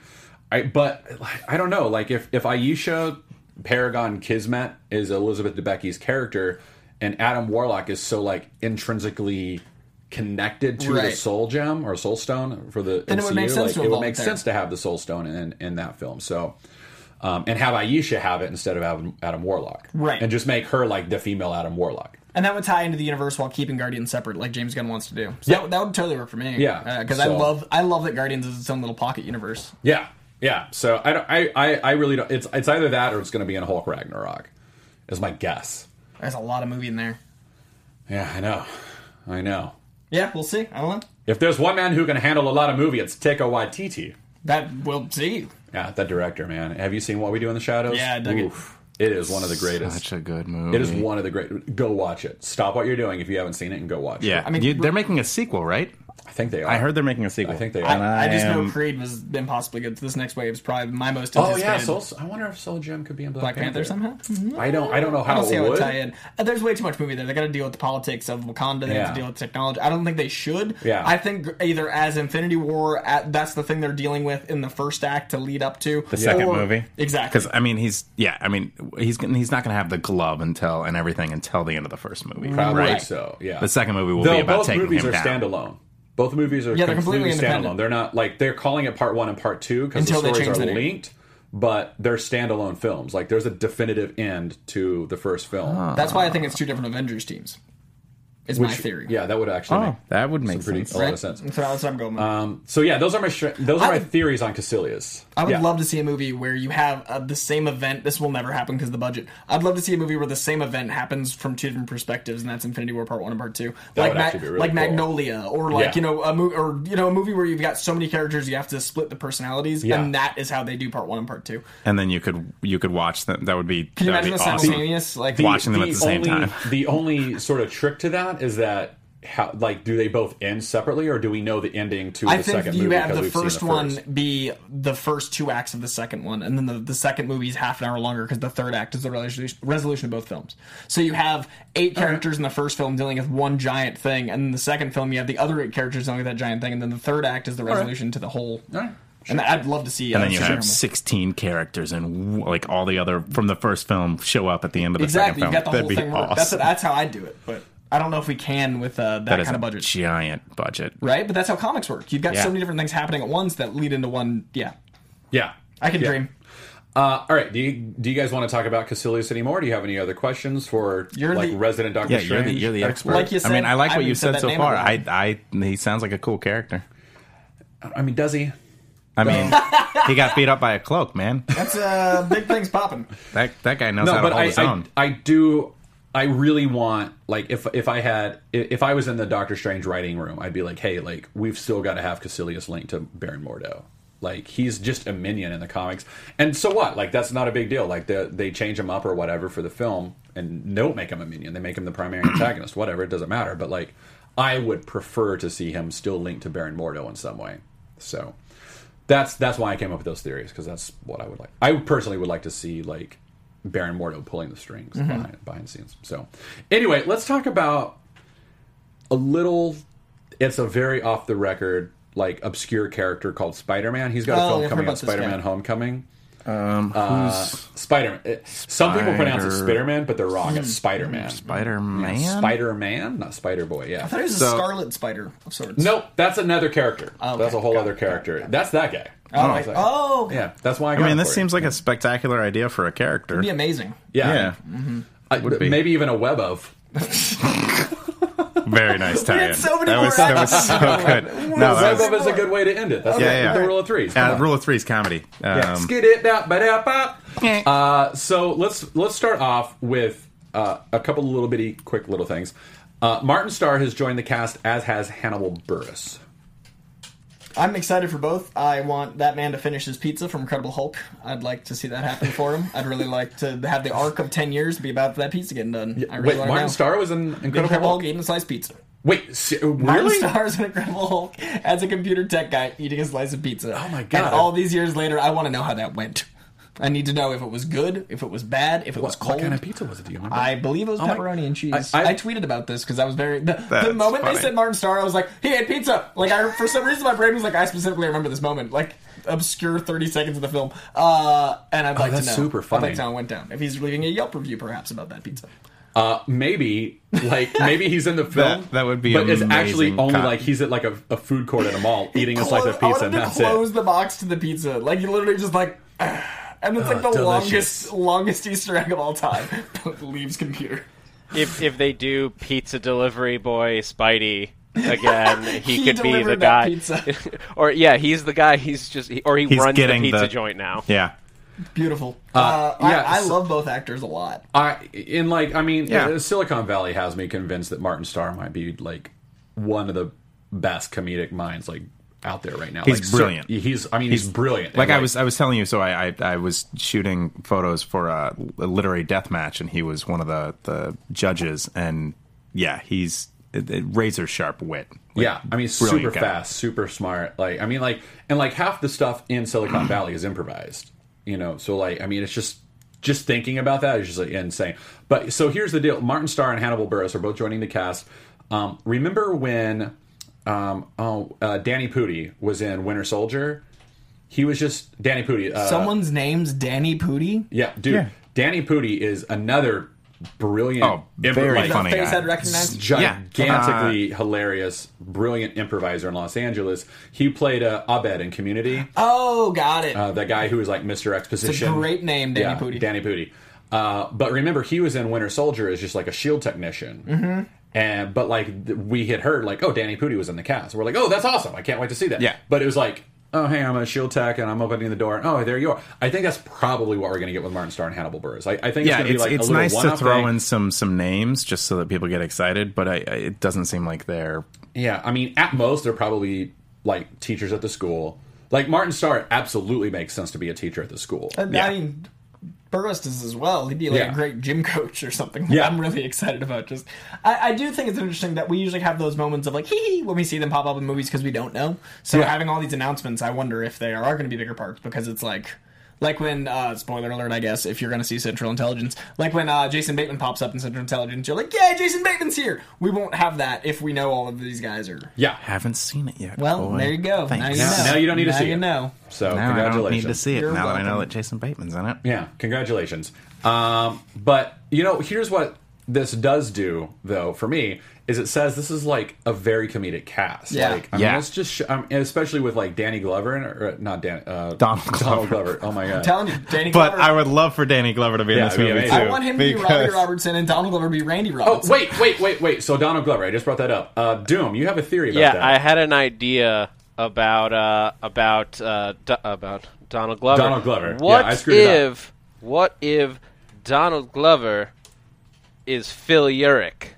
Speaker 2: I but like, I don't know like if if Aisha Paragon Kismet is Elizabeth Debicki's character and Adam Warlock is so like intrinsically connected to the
Speaker 4: Right.
Speaker 2: soul gem or soul stone for the MCU,
Speaker 4: Then it would make sense
Speaker 2: like,
Speaker 4: to
Speaker 2: it would
Speaker 4: involve
Speaker 2: make
Speaker 4: it there.
Speaker 2: sense to have the soul stone in in that film. So um, and have Aisha have it instead of Adam, Adam Warlock.
Speaker 4: Right.
Speaker 2: And just make her like the female Adam Warlock.
Speaker 4: And that would tie into the universe while keeping Guardians separate, like James Gunn wants to do. So
Speaker 2: Yeah.
Speaker 4: that, that would totally work for me.
Speaker 2: Yeah,
Speaker 4: because I
Speaker 2: so-
Speaker 4: love I love that Guardians is its own little pocket universe.
Speaker 2: Yeah. Yeah. So I don't, I, I, I really don't. It's it's either that or it's going to be in Hulk Ragnarok, is my guess.
Speaker 4: There's a lot of movie in there.
Speaker 2: Yeah, I know. I know.
Speaker 4: Yeah, we'll see. I don't know.
Speaker 2: If there's one man who can handle a lot of movie, it's Taika Waititi.
Speaker 4: That we'll see.
Speaker 2: Yeah, that director, man. Have you seen What We Do in the Shadows?
Speaker 4: Yeah, I dug it.
Speaker 2: it. It is one of the greatest.
Speaker 5: Such a good movie.
Speaker 2: it is one of the great. Go watch it. Stop what you're doing if you haven't seen it and go watch
Speaker 5: Yeah,
Speaker 2: it.
Speaker 5: I mean, you, they're making a sequel, right?
Speaker 2: I think they are.
Speaker 5: I heard they're making a sequel.
Speaker 2: I think they are.
Speaker 5: And
Speaker 4: I, just know
Speaker 5: am-
Speaker 4: Creed was impossibly good. So this next wave is probably my most
Speaker 2: Oh
Speaker 4: anticipated
Speaker 2: yeah, Soul, I wonder if Soul Gem could be in Black,
Speaker 4: Black Panther somehow.
Speaker 2: I don't. I don't know how
Speaker 4: I don't see
Speaker 2: it
Speaker 4: how it
Speaker 2: Oh, would.
Speaker 4: would tie in. Uh, There's way too much movie there. They got to deal with the politics of Wakanda. They have
Speaker 2: Yeah.
Speaker 4: to deal with technology. I don't think they should.
Speaker 2: Yeah.
Speaker 4: I think either as Infinity War, at, that's the thing they're dealing with in the first act to lead up to
Speaker 5: the second
Speaker 4: or-
Speaker 5: movie
Speaker 4: Exactly.
Speaker 5: because i mean he's yeah i mean he's gonna he's not gonna have the glove until and everything until the end of the first movie
Speaker 2: Probably
Speaker 5: right
Speaker 2: so. Yeah.
Speaker 5: the second movie will
Speaker 2: Though
Speaker 5: be about
Speaker 2: both
Speaker 5: taking
Speaker 2: movies
Speaker 5: him
Speaker 2: are
Speaker 5: down
Speaker 2: standalone. Both movies are
Speaker 4: Yeah, they're
Speaker 2: completely,
Speaker 4: completely
Speaker 2: standalone.
Speaker 4: independent.
Speaker 2: They're not like they're calling it part one and part two because the
Speaker 4: Until they
Speaker 2: stories
Speaker 4: change
Speaker 2: are
Speaker 4: the name.
Speaker 2: linked, but they're standalone films. Like there's a definitive end to the first film.
Speaker 4: That's why I think it's two different Avengers teams. Is Ah. my
Speaker 2: Which-
Speaker 4: theory.
Speaker 2: Yeah, that would actually
Speaker 5: Oh,
Speaker 2: make
Speaker 5: that would make
Speaker 2: some pretty,
Speaker 5: sense.
Speaker 2: a lot of sense. Um,
Speaker 4: So that's what I'm going with.
Speaker 2: So yeah, those are my str- those are
Speaker 4: I
Speaker 2: my
Speaker 4: would-
Speaker 2: theories on Cassilius.
Speaker 4: I would
Speaker 2: Yeah.
Speaker 4: love to see a movie where you have uh, the same event. This will never happen because the budget. I'd love to see a movie where the same event happens from two different perspectives, and that's Infinity War Part One and Part Two, like
Speaker 2: would actually be really
Speaker 4: like
Speaker 2: cool.
Speaker 4: Magnolia, or like
Speaker 2: Yeah.
Speaker 4: you know a movie, or you know a movie where you've got so many characters you have to split the personalities,
Speaker 2: Yeah.
Speaker 4: and that is how they do Part One and Part Two.
Speaker 5: and then you could you could watch them that would be
Speaker 4: Can you
Speaker 5: that would
Speaker 4: imagine
Speaker 5: be
Speaker 4: the
Speaker 5: awesome
Speaker 4: simultaneous like
Speaker 5: The- watching them at same
Speaker 2: only,
Speaker 5: time.
Speaker 2: <laughs> The only sort of trick to that is that how like do they both end separately or do we know the ending to
Speaker 4: I
Speaker 2: the
Speaker 4: think
Speaker 2: second
Speaker 4: you
Speaker 2: movie
Speaker 4: have
Speaker 2: because
Speaker 4: the
Speaker 2: we've seen
Speaker 4: first one be the first two acts of the second one, and then the, the second movie is half an hour longer because the third act is the resolution, resolution of both films. So you have eight characters in the first film dealing with one giant thing, and in the second film you have the other eight characters dealing with that giant thing, and then the third act is the resolution to the whole. And I'd love to see.
Speaker 5: and
Speaker 4: uh,
Speaker 5: then you
Speaker 4: Superman
Speaker 5: have
Speaker 4: one.
Speaker 5: 16 characters and w- like all the other from the first film show up at the end of the
Speaker 4: exactly. You got
Speaker 5: second film
Speaker 4: the
Speaker 5: that'd
Speaker 4: whole
Speaker 5: be
Speaker 4: thing. worked.
Speaker 5: awesome
Speaker 4: That's that's how I do it, but I don't know if we can with uh, that,
Speaker 5: That is
Speaker 4: kind of
Speaker 5: a
Speaker 4: budget,
Speaker 5: giant budget
Speaker 4: right? But that's how comics work. You've got
Speaker 5: Yeah.
Speaker 4: so many different things happening at once that lead into one. Yeah,
Speaker 2: Yeah,
Speaker 4: I can
Speaker 2: Yeah.
Speaker 4: dream.
Speaker 2: Uh, all right. Do you do you guys want to talk about Cassilius anymore? Do you have any other questions for
Speaker 4: You're
Speaker 2: like
Speaker 4: the-
Speaker 2: resident Doctor
Speaker 5: yeah you're
Speaker 2: Strange?
Speaker 5: the, you're the expert
Speaker 4: Like you
Speaker 5: i mean
Speaker 4: said,
Speaker 5: i like
Speaker 4: I
Speaker 5: what you
Speaker 4: haven't said
Speaker 5: said
Speaker 4: that
Speaker 5: so
Speaker 4: name
Speaker 5: far
Speaker 4: in a while.
Speaker 5: i i he sounds like a cool character
Speaker 2: I mean, does he?
Speaker 4: <laughs>
Speaker 5: i mean he got beat up by a cloak man
Speaker 4: That's uh, big things popping.
Speaker 5: that that guy knows
Speaker 2: No,
Speaker 5: how to
Speaker 2: but
Speaker 5: hold
Speaker 2: I,
Speaker 5: his
Speaker 2: I
Speaker 5: own
Speaker 2: I do I really want like if if I had if if I was in the Doctor Strange writing room, I'd be like, hey, like we've still got to have Cassilius linked to Baron Mordo. Like he's just a minion in the comics, and so what? Like that's not a big deal. Like they they change him up or whatever for the film, and don't make him a minion. They make him the
Speaker 5: <clears throat>
Speaker 2: primary antagonist. Whatever, it doesn't matter. But like, I would prefer to see him still linked to Baron Mordo in some way. So that's that's why I came up with those theories because that's what I would like. I personally would like to see like Baron Mordo pulling the strings
Speaker 4: Mm-hmm.
Speaker 2: behind, behind the scenes. So, anyway, let's talk about a little. It's a very off the record, like obscure character called Spider Man. He's got
Speaker 4: Oh,
Speaker 2: a film
Speaker 4: I've heard
Speaker 2: coming out,
Speaker 4: about this guy.
Speaker 2: Spider Man Homecoming. Uh,
Speaker 5: Um, who's
Speaker 2: Spider Man. Some people pronounce it
Speaker 5: Spider- Hmm.
Speaker 2: Spider Man, but they're wrong. It's Spider Man.
Speaker 5: Spider Man?
Speaker 2: Spider Man, not Spider Boy. Yeah.
Speaker 4: <laughs> I thought it was
Speaker 5: So-
Speaker 4: a Scarlet Spider of sorts.
Speaker 2: Nope, that's another character.
Speaker 4: Oh, okay.
Speaker 2: That's a whole
Speaker 4: Got
Speaker 2: other
Speaker 4: it, got it,
Speaker 2: character. That's that guy.
Speaker 4: Oh, right. oh okay.
Speaker 2: Yeah, that's why I got
Speaker 5: I mean,
Speaker 2: it
Speaker 5: this
Speaker 2: for you.
Speaker 5: seems like a spectacular idea for a character.
Speaker 4: Be amazing.
Speaker 2: Yeah. <laughs>
Speaker 5: Yeah,
Speaker 2: I-
Speaker 5: would be.
Speaker 2: Maybe even a web of.
Speaker 5: very nice tie-in.
Speaker 4: had so many
Speaker 5: that was
Speaker 4: more
Speaker 5: that was so good. No, that
Speaker 2: Web
Speaker 5: was,
Speaker 2: of is a good way to end it. That's
Speaker 5: Oh, yeah, yeah.
Speaker 2: the rule of threes. Come
Speaker 5: Uh,
Speaker 2: on.
Speaker 5: rule of three is comedy. Um,
Speaker 2: Yeah. Skid it, bop, ba-da, bop. Uh, so let's let's start off with uh, a couple of little bitty quick little things. Uh, Martin Starr has joined the cast, as has Hannibal Burris.
Speaker 4: I'm excited for both. I want that man to finish his pizza from Incredible Hulk. I'd like to see that happen for him. I'd really like to have the arc of ten years be about that pizza getting done. I really
Speaker 2: Wait,
Speaker 4: want to
Speaker 2: Martin
Speaker 4: know.
Speaker 2: Starr was in
Speaker 4: The
Speaker 2: Incredible
Speaker 4: Incredible
Speaker 2: Hulk.
Speaker 4: Hulk eating a sliced pizza.
Speaker 2: Wait, se-
Speaker 4: Martin
Speaker 2: really?
Speaker 4: Starr's an Incredible Hulk as a computer tech guy eating a slice of pizza.
Speaker 2: Oh my God.
Speaker 4: And all these years later, I want to know how that went. I need to know if it was good, if it was bad, if it was
Speaker 2: What,
Speaker 4: cold.
Speaker 2: what kind of pizza was it? Do you remember?
Speaker 4: I believe it was
Speaker 2: Oh my-
Speaker 4: pepperoni and cheese.
Speaker 2: I-
Speaker 4: I,
Speaker 2: I-
Speaker 4: tweeted about this because I was very. The, the
Speaker 5: That's
Speaker 4: moment
Speaker 5: funny.
Speaker 4: they said Martin Starr, I was like, he had pizza. Like, I for some reason my brain was like, I specifically remember this moment, like obscure thirty seconds of the film. Uh, and I'd like
Speaker 2: Oh, that's
Speaker 4: to know.
Speaker 2: super
Speaker 4: I'd
Speaker 2: funny.
Speaker 4: like to know how it went down. If he's leaving a Yelp review, perhaps about that pizza.
Speaker 2: Uh, maybe
Speaker 4: <laughs>
Speaker 2: like maybe he's in the film.
Speaker 5: That- that would be
Speaker 2: But it's
Speaker 5: amazing
Speaker 2: actually only
Speaker 5: cotton.
Speaker 2: like he's at like a, a food court at a mall eating a slice
Speaker 4: Close-
Speaker 2: of pizza,
Speaker 4: I wanted
Speaker 2: and
Speaker 4: to
Speaker 2: that's
Speaker 4: close
Speaker 2: it.
Speaker 4: the box to the pizza. Like he literally just like, <sighs> and it's like the
Speaker 2: Ah, delicious.
Speaker 4: longest longest Easter egg of all time. <laughs> Leaves computer.
Speaker 6: If if they do pizza delivery boy Spidey
Speaker 2: <laughs>
Speaker 6: again, he,
Speaker 4: He
Speaker 6: could be the
Speaker 4: delivered that
Speaker 6: guy.
Speaker 4: pizza.
Speaker 6: <laughs> or yeah, he's the guy. He's just he- or he
Speaker 5: He's
Speaker 6: runs the
Speaker 5: getting
Speaker 6: pizza
Speaker 5: the-
Speaker 6: joint now.
Speaker 5: yeah.
Speaker 4: Beautiful. Uh,
Speaker 2: yeah,
Speaker 4: I, I
Speaker 2: so-
Speaker 4: love both actors a lot.
Speaker 2: I in like I mean,
Speaker 5: Yeah.
Speaker 2: uh, Silicon Valley has me convinced that Martin Starr might be like one of the best comedic minds like out there right now.
Speaker 5: He's
Speaker 2: Like, cer-
Speaker 5: brilliant.
Speaker 2: he's I mean, he's, brilliant.
Speaker 5: Like
Speaker 2: And,
Speaker 5: I was, I was telling you. So I, I, I was shooting photos for a, a literary death match, and he was one of the the judges. And yeah, he's a- a razor sharp wit. Like,
Speaker 2: yeah, I mean,
Speaker 5: brilliant
Speaker 2: super
Speaker 5: guy.
Speaker 2: fast, super smart. Like I mean, like and like half the stuff in
Speaker 5: <clears throat>
Speaker 2: Silicon Valley is improvised. You know, so like I mean, it's just just thinking about that is just like insane. But so here's the deal: Martin Starr and Hannibal Burris are both joining the cast. Um, remember when um, oh, uh, Danny Pudi was in Winter Soldier? He was just Danny Pudi. Uh,
Speaker 4: Someone's name's Danny Pooty.
Speaker 2: Yeah, dude.
Speaker 5: Yeah.
Speaker 2: Danny Pudi is another brilliant,
Speaker 5: Oh, very
Speaker 2: like,
Speaker 5: funny.
Speaker 4: Face
Speaker 5: guy.
Speaker 4: I'd recognize.
Speaker 2: gigantically hilarious, brilliant improviser in Los Angeles. He played uh, Abed in Community, uh,
Speaker 4: Oh, got it.
Speaker 2: the guy who was like Mr.
Speaker 4: it's
Speaker 2: Exposition.
Speaker 4: a great name, Danny
Speaker 2: yeah,
Speaker 4: Pooty.
Speaker 2: Danny Pudi. Uh, but remember, he was in Winter Soldier as just like a shield technician. Mm-hmm. And but like th- we had heard like, oh, Danny Pudi was in the cast. We're like, oh, that's awesome! I can't wait to see that.
Speaker 5: Yeah.
Speaker 2: But it was like. Oh, hey, I'm a shield tech, and I'm opening the door, and oh, there you are. I think that's probably what we're going to get with Martin Starr and Hannibal Burris. I, I think it's
Speaker 5: yeah,
Speaker 2: going to be
Speaker 5: it's,
Speaker 2: like a
Speaker 5: it's
Speaker 2: little
Speaker 5: nice to
Speaker 2: one-off
Speaker 5: throw
Speaker 2: thing.
Speaker 5: in some some names just so that people get excited, but I, I, it doesn't seem like they're
Speaker 2: Yeah, I mean, at most they're probably like teachers at the school. Like Martin Starr absolutely makes sense to be a teacher at the school.
Speaker 4: And
Speaker 5: yeah.
Speaker 4: I mean, Burris does as well. He'd be like
Speaker 2: Yeah.
Speaker 4: a great gym coach or something.
Speaker 2: Yeah.
Speaker 4: I'm really excited about just. I, I do think it's interesting that we usually have those moments of like hee hee when we see them pop up in movies because we don't know. So
Speaker 2: Yeah.
Speaker 4: having all these announcements, I wonder if they are, going to be bigger parts because it's like. Like when uh, spoiler alert, I guess if you're going to see Central Intelligence, like when uh, Jason Bateman pops up in Central Intelligence, you're like, "Yeah, Jason Bateman's here." We won't have that if we know all of these guys are.
Speaker 2: Yeah.
Speaker 5: haven't seen it yet.
Speaker 4: Well,
Speaker 5: boy.
Speaker 4: there you go. Now you,
Speaker 5: Thanks.
Speaker 4: know.
Speaker 2: Now- now you don't need to
Speaker 4: Now
Speaker 2: see
Speaker 4: you
Speaker 2: it.
Speaker 4: know.
Speaker 2: So
Speaker 5: Now I
Speaker 2: congratulations.
Speaker 5: don't need to see it.
Speaker 4: You're
Speaker 5: now that I know
Speaker 4: welcome.
Speaker 5: that Jason Bateman's in it.
Speaker 2: Yeah, congratulations. Um, but you know, here's what this does do, though, for me is it says this is like a very comedic cast.
Speaker 4: Yeah.
Speaker 2: Like, I mean,
Speaker 5: Yeah.
Speaker 2: it's just sh- um, especially with like Danny Glover and or not Dan, uh,
Speaker 5: Donald
Speaker 2: Donald
Speaker 5: Glover.
Speaker 2: Glover. Oh my god.
Speaker 4: Telling you, Danny
Speaker 5: But
Speaker 4: Glover-
Speaker 5: I would love for Danny Glover to be
Speaker 2: Yeah,
Speaker 5: in this
Speaker 2: it'd be
Speaker 5: movie too.
Speaker 2: amazing.
Speaker 4: I want him to be Robbie
Speaker 5: because-
Speaker 4: Robertson and Donald Glover to be Randy
Speaker 2: Oh
Speaker 4: Robertson.
Speaker 2: wait, wait, wait, wait. So Donald Glover, I just brought that up. Uh, Doom, you have a theory about
Speaker 6: Yeah,
Speaker 2: that?
Speaker 6: I had an idea about uh, about uh, Do- about Donald Glover.
Speaker 2: Donald Glover. Yeah,
Speaker 6: What
Speaker 2: I screwed it up.
Speaker 6: if what if Donald Glover is Phil Urich.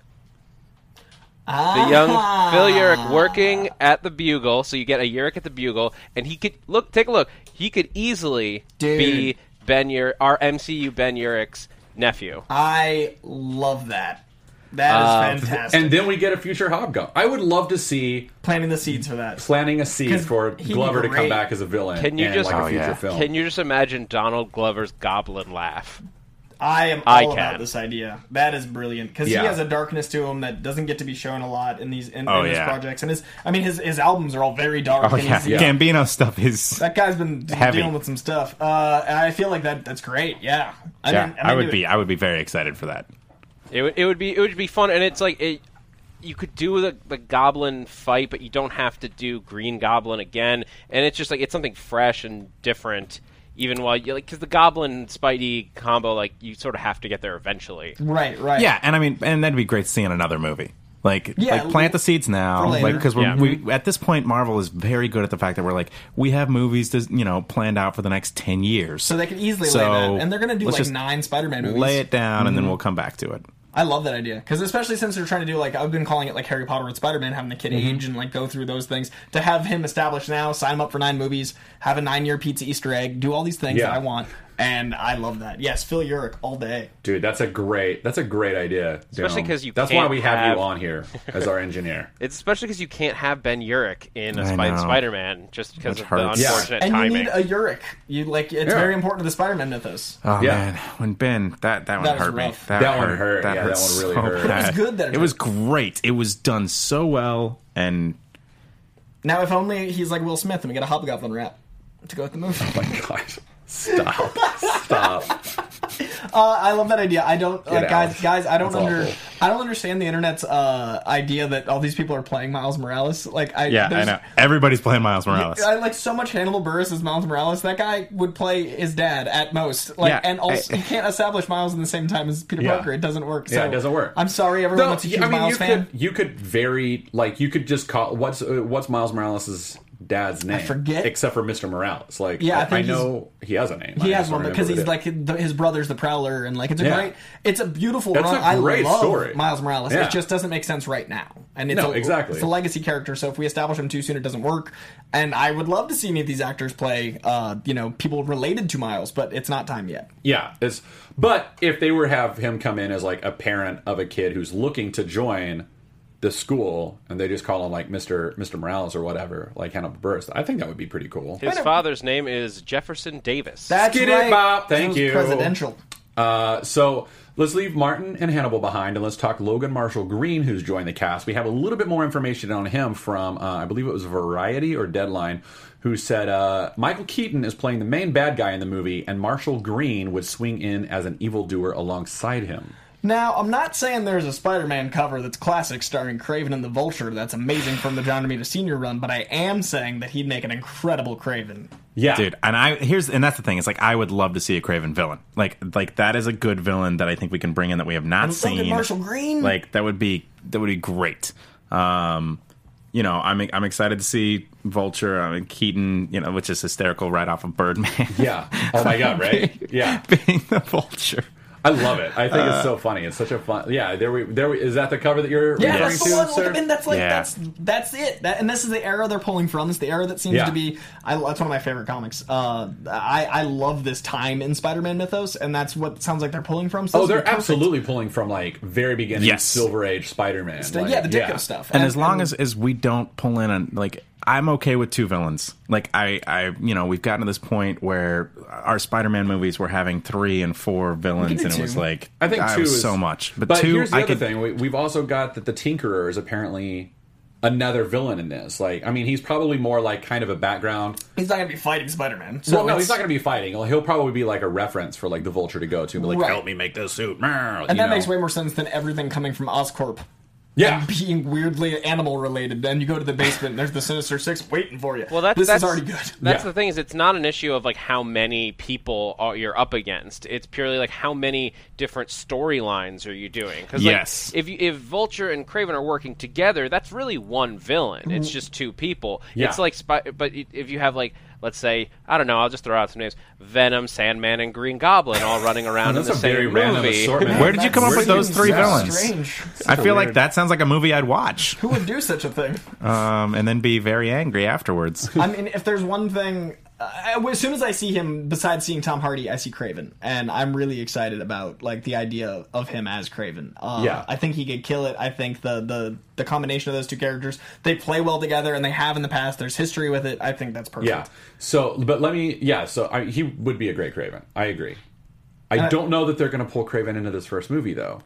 Speaker 6: The young Phil Urich working at the Bugle, so you get a Urich at the Bugle, and he could look. Take a look. He could easily
Speaker 4: Dude.
Speaker 6: be Ben Ur- our MCU Ben Urich's nephew.
Speaker 4: I love that. That is
Speaker 5: Uh,
Speaker 4: fantastic.
Speaker 2: And then we get a future Hobgoblin. I would love to see
Speaker 4: Planting the seeds for that.
Speaker 2: planning a seed
Speaker 4: 'Cause
Speaker 2: for
Speaker 4: he'd be
Speaker 2: Glover to come
Speaker 4: great.
Speaker 2: back as a villain
Speaker 6: Can you
Speaker 2: and,
Speaker 6: just-
Speaker 2: like
Speaker 6: Oh,
Speaker 2: a future
Speaker 6: yeah.
Speaker 2: film.
Speaker 6: Can you just imagine Donald Glover's goblin laugh?
Speaker 4: I am all
Speaker 6: I
Speaker 4: about
Speaker 6: can.
Speaker 4: this idea. That is brilliant because
Speaker 2: Yeah.
Speaker 4: he has a darkness to him that doesn't get to be shown a lot in these in,
Speaker 5: Oh,
Speaker 4: in his
Speaker 5: yeah.
Speaker 4: projects. And his, I mean, his his albums are all very dark.
Speaker 5: Oh
Speaker 4: and
Speaker 5: yeah.
Speaker 4: he's-
Speaker 5: Gambino stuff is.
Speaker 4: That guy's been
Speaker 5: Heavy.
Speaker 4: dealing with some stuff. Uh, and I feel like that that's great. Yeah, I
Speaker 5: yeah,
Speaker 4: mean,
Speaker 5: I would
Speaker 4: do
Speaker 5: be.
Speaker 4: it.
Speaker 5: I would be very excited for that.
Speaker 6: It would, it would be it would be fun, and it's like it, you could do the, the goblin fight, but you don't have to do Green Goblin again, and it's just like it's something fresh and different. Even while you like, because the Goblin Spidey combo, like you sort of have to get there eventually.
Speaker 4: right, right.
Speaker 5: Yeah, and I mean, and that'd be great to see in another movie. Like,
Speaker 4: Yeah,
Speaker 5: like plant the seeds now,
Speaker 4: for later.
Speaker 5: like because we're
Speaker 6: Yeah.
Speaker 5: we, at this point, Marvel is very good at the fact that we're like we have movies, to, you know, planned out for the next ten years.
Speaker 4: So they could easily
Speaker 5: So,
Speaker 4: lay that, and they're going to do
Speaker 5: let's
Speaker 4: like
Speaker 5: just
Speaker 4: nine Spider-Man movies.
Speaker 5: lay it down, and then we'll come back to it.
Speaker 4: I love that idea because especially since they're trying to do like I've been calling it like Harry Potter with Spider-Man having the kid
Speaker 2: Mm-hmm.
Speaker 4: age and like go through those things to have him established now, sign him up for nine movies, have a nine-year pizza Easter egg, do all these things
Speaker 2: Yeah.
Speaker 4: that I want, and I love that. Yes, Phil Urich all day.
Speaker 2: Dude, that's a great that's a great idea.
Speaker 6: Especially 'cause you
Speaker 2: That's why
Speaker 6: can't
Speaker 2: we have,
Speaker 6: have-
Speaker 2: you on
Speaker 6: <laughs>
Speaker 2: here as our engineer.
Speaker 6: It's especially because you can't have Ben Urich in a
Speaker 5: I
Speaker 6: Spy-
Speaker 5: know.
Speaker 6: Spider-Man just because
Speaker 5: Which
Speaker 6: of the
Speaker 5: hurts. Yeah.
Speaker 6: unfortunate
Speaker 4: and
Speaker 6: timing.
Speaker 4: you need a Urich. You like it's
Speaker 2: Yeah. Uh.
Speaker 4: very important to the Spider-Man mythos.
Speaker 5: Oh
Speaker 2: Yeah.
Speaker 5: man, when Ben that that one
Speaker 4: That was
Speaker 5: hurt me.
Speaker 4: rough.
Speaker 2: That one hurt. Yeah, that one really
Speaker 5: so
Speaker 2: hurt. It was
Speaker 5: bad.
Speaker 4: good that it
Speaker 5: it was great. It was done so well, and
Speaker 4: Now, if only he's like Will Smith and we get a hobgoblin rap to go with the movie.
Speaker 2: God. Stop.
Speaker 4: <laughs>
Speaker 2: Stop.
Speaker 4: I love that idea. I don't like,
Speaker 2: out.
Speaker 4: guys. Guys, I don't
Speaker 2: That's
Speaker 4: under.
Speaker 2: awful.
Speaker 4: I don't understand the internet's uh, idea that all these people are playing Miles Morales. Like, I
Speaker 5: yeah, I
Speaker 4: there's-
Speaker 5: know everybody's playing Miles Morales.
Speaker 4: I like so much Hannibal Burris as Miles Morales. That guy would play his dad at most. Like,
Speaker 5: Yeah,
Speaker 4: and also
Speaker 5: I-
Speaker 4: you can't establish Miles in the same time as Peter
Speaker 2: Yeah.
Speaker 4: Parker. It doesn't work.
Speaker 2: Yeah,
Speaker 4: so-
Speaker 2: it doesn't work.
Speaker 4: I'm sorry, everyone that's a huge
Speaker 2: I mean,
Speaker 4: Miles
Speaker 2: you
Speaker 4: fan.
Speaker 2: could you could very like you could just call what's uh, what's Miles Morales's dad's name? I
Speaker 4: forget.
Speaker 2: except for Mr. Morales. Like,
Speaker 4: Yeah, I
Speaker 2: I,
Speaker 4: think he's-
Speaker 2: know he has a name.
Speaker 4: He
Speaker 2: I
Speaker 4: has
Speaker 2: just
Speaker 4: one
Speaker 2: don't
Speaker 4: because he's
Speaker 2: remember
Speaker 4: like
Speaker 2: what it
Speaker 4: the, his brother's the Prowler, and like it's a
Speaker 2: Yeah.
Speaker 4: great, it's a beautiful
Speaker 2: That's
Speaker 4: run.
Speaker 2: a
Speaker 4: I
Speaker 2: great
Speaker 4: love
Speaker 2: story.
Speaker 4: Miles Morales.
Speaker 2: Yeah.
Speaker 4: It just doesn't make sense right now, and it's
Speaker 2: No,
Speaker 4: a,
Speaker 2: exactly.
Speaker 4: It's a legacy character, so if we establish him too soon, it doesn't work. And I would love to see any of these actors play, uh, you know, people related to Miles, but it's not time yet.
Speaker 2: is. yeah. It's but if they were have him come in as like a parent of a kid who's looking to join the school, and they just call him like Mr. Mr. Morales or whatever, like Hannibal Burris. I think that would be pretty cool.
Speaker 6: His father's name is Jefferson Davis.
Speaker 4: That's
Speaker 2: Skid it,
Speaker 4: right.
Speaker 2: Bob. Thank
Speaker 4: It was
Speaker 2: you.
Speaker 4: Presidential.
Speaker 2: Uh, so let's leave Martin and Hannibal behind, and let's talk Logan Marshall Green, who's joined the cast. We have a little bit more information on him from, uh, I believe it was Variety or Deadline, who said uh, Michael Keaton is playing the main bad guy in the movie, and Marshall Green would swing in as an evildoer alongside him.
Speaker 4: Now, I'm not saying there's a Spider-Man cover that's classic starring Craven and the Vulture that's amazing from the John Romita Sr. run, but I am saying that he'd make an incredible Craven.
Speaker 2: Yeah,
Speaker 5: dude and i here's and that's the thing it's like i would love to see a craven villain like like that is a good villain that i think we can bring in that we have not
Speaker 4: so
Speaker 5: seen
Speaker 4: did Marshall Green.
Speaker 5: like that would be that would be great um you know i'm i'm excited to see vulture i mean keaton you know which is hysterical right off of birdman
Speaker 2: Yeah. Oh my god,
Speaker 4: <laughs>
Speaker 2: right? Yeah.
Speaker 5: <laughs> being the vulture
Speaker 2: I love it. I think it's
Speaker 4: Uh,
Speaker 2: so funny. It's such a fun. Yeah, there we there we, is that the cover that you're
Speaker 4: Yeah,
Speaker 2: referring
Speaker 4: that's
Speaker 2: to,
Speaker 4: the one.
Speaker 2: sir?
Speaker 4: Look, I mean, that's like
Speaker 5: Yeah.
Speaker 4: that's that's it. That, and this is the era they're pulling from. It's the era that seems
Speaker 2: Yeah.
Speaker 4: to be. I, that's one of my favorite comics. Uh, I I love this time in Spider-Man mythos, and that's what it sounds like they're pulling from. So
Speaker 2: Oh,
Speaker 4: this would
Speaker 2: they're
Speaker 4: be perfect.
Speaker 2: absolutely pulling from like very beginning
Speaker 5: Yes.
Speaker 2: Silver Age Spider-Man. Like,
Speaker 4: yeah, the Ditko stuff.
Speaker 5: and, as long as as we don't pull in on like i'm okay with two villains like i i you know we've gotten to this point where our spider-man movies were having three and four villains
Speaker 4: do
Speaker 5: and it was
Speaker 4: two.
Speaker 5: like
Speaker 2: I think two
Speaker 5: was
Speaker 2: is
Speaker 5: so much but, two
Speaker 2: Here's the
Speaker 5: i
Speaker 2: other
Speaker 5: could
Speaker 2: thing: we, we've also got that the Tinkerer is apparently another villain in this. Like, I mean, he's probably more like kind of a background.
Speaker 4: he's not going to be fighting Spider-Man. So
Speaker 2: Well, no,
Speaker 4: it's-
Speaker 2: he's not going to be fighting. Well, He'll probably be like a reference for like the Vulture to go to, and be like,
Speaker 4: Right.
Speaker 2: "Help me make this suit." And
Speaker 4: And that makes way more sense than everything coming from Oscorp.
Speaker 2: Yeah.
Speaker 4: being weirdly animal related. Then you go to the basement. and There's the Sinister Six waiting for you.
Speaker 6: Well, that's
Speaker 4: this
Speaker 6: that's,
Speaker 4: is already good.
Speaker 6: That's
Speaker 2: Yeah.
Speaker 6: the thing is, it's not an issue of like how many people are you're up against. It's purely like how many different storylines are you doing? Because
Speaker 5: Yes.
Speaker 6: if you, if Vulture and Craven are working together, that's really one villain. It's just two people.
Speaker 2: Mm-hmm. Yeah.
Speaker 6: It's like, Spy- but it- if you have like let's say I don't know, I'll just throw out some names: Venom, Sandman, and Green Goblin, all running around in
Speaker 2: Oh, That's
Speaker 6: the
Speaker 2: a
Speaker 6: same
Speaker 2: very random
Speaker 6: movie.
Speaker 2: assortment.
Speaker 5: Where did you come up
Speaker 2: Where
Speaker 5: with
Speaker 2: did
Speaker 5: those
Speaker 2: you-
Speaker 5: three
Speaker 2: Yeah.
Speaker 5: villains?
Speaker 4: Strange.
Speaker 5: I feel like
Speaker 2: weird-
Speaker 5: that sounds like a movie I'd watch,
Speaker 4: Who would do such a thing?
Speaker 5: um, and then be very
Speaker 2: <laughs>
Speaker 5: angry afterwards.
Speaker 4: I mean, if there's one thing, I, as soon as I see him, besides seeing Tom Hardy, I see Craven, and I'm really excited about like the idea of him as Craven. Uh,
Speaker 2: Yeah.
Speaker 4: I think he could kill it. I think the the the combination of those two characters, they play well together, and they have in the past. There's history with it. I think that's perfect.
Speaker 2: Yeah. So, but let me. Yeah. So I, he would be a great Craven. I agree. I
Speaker 5: Uh,
Speaker 2: don't know that they're going to pull Craven into this first movie though,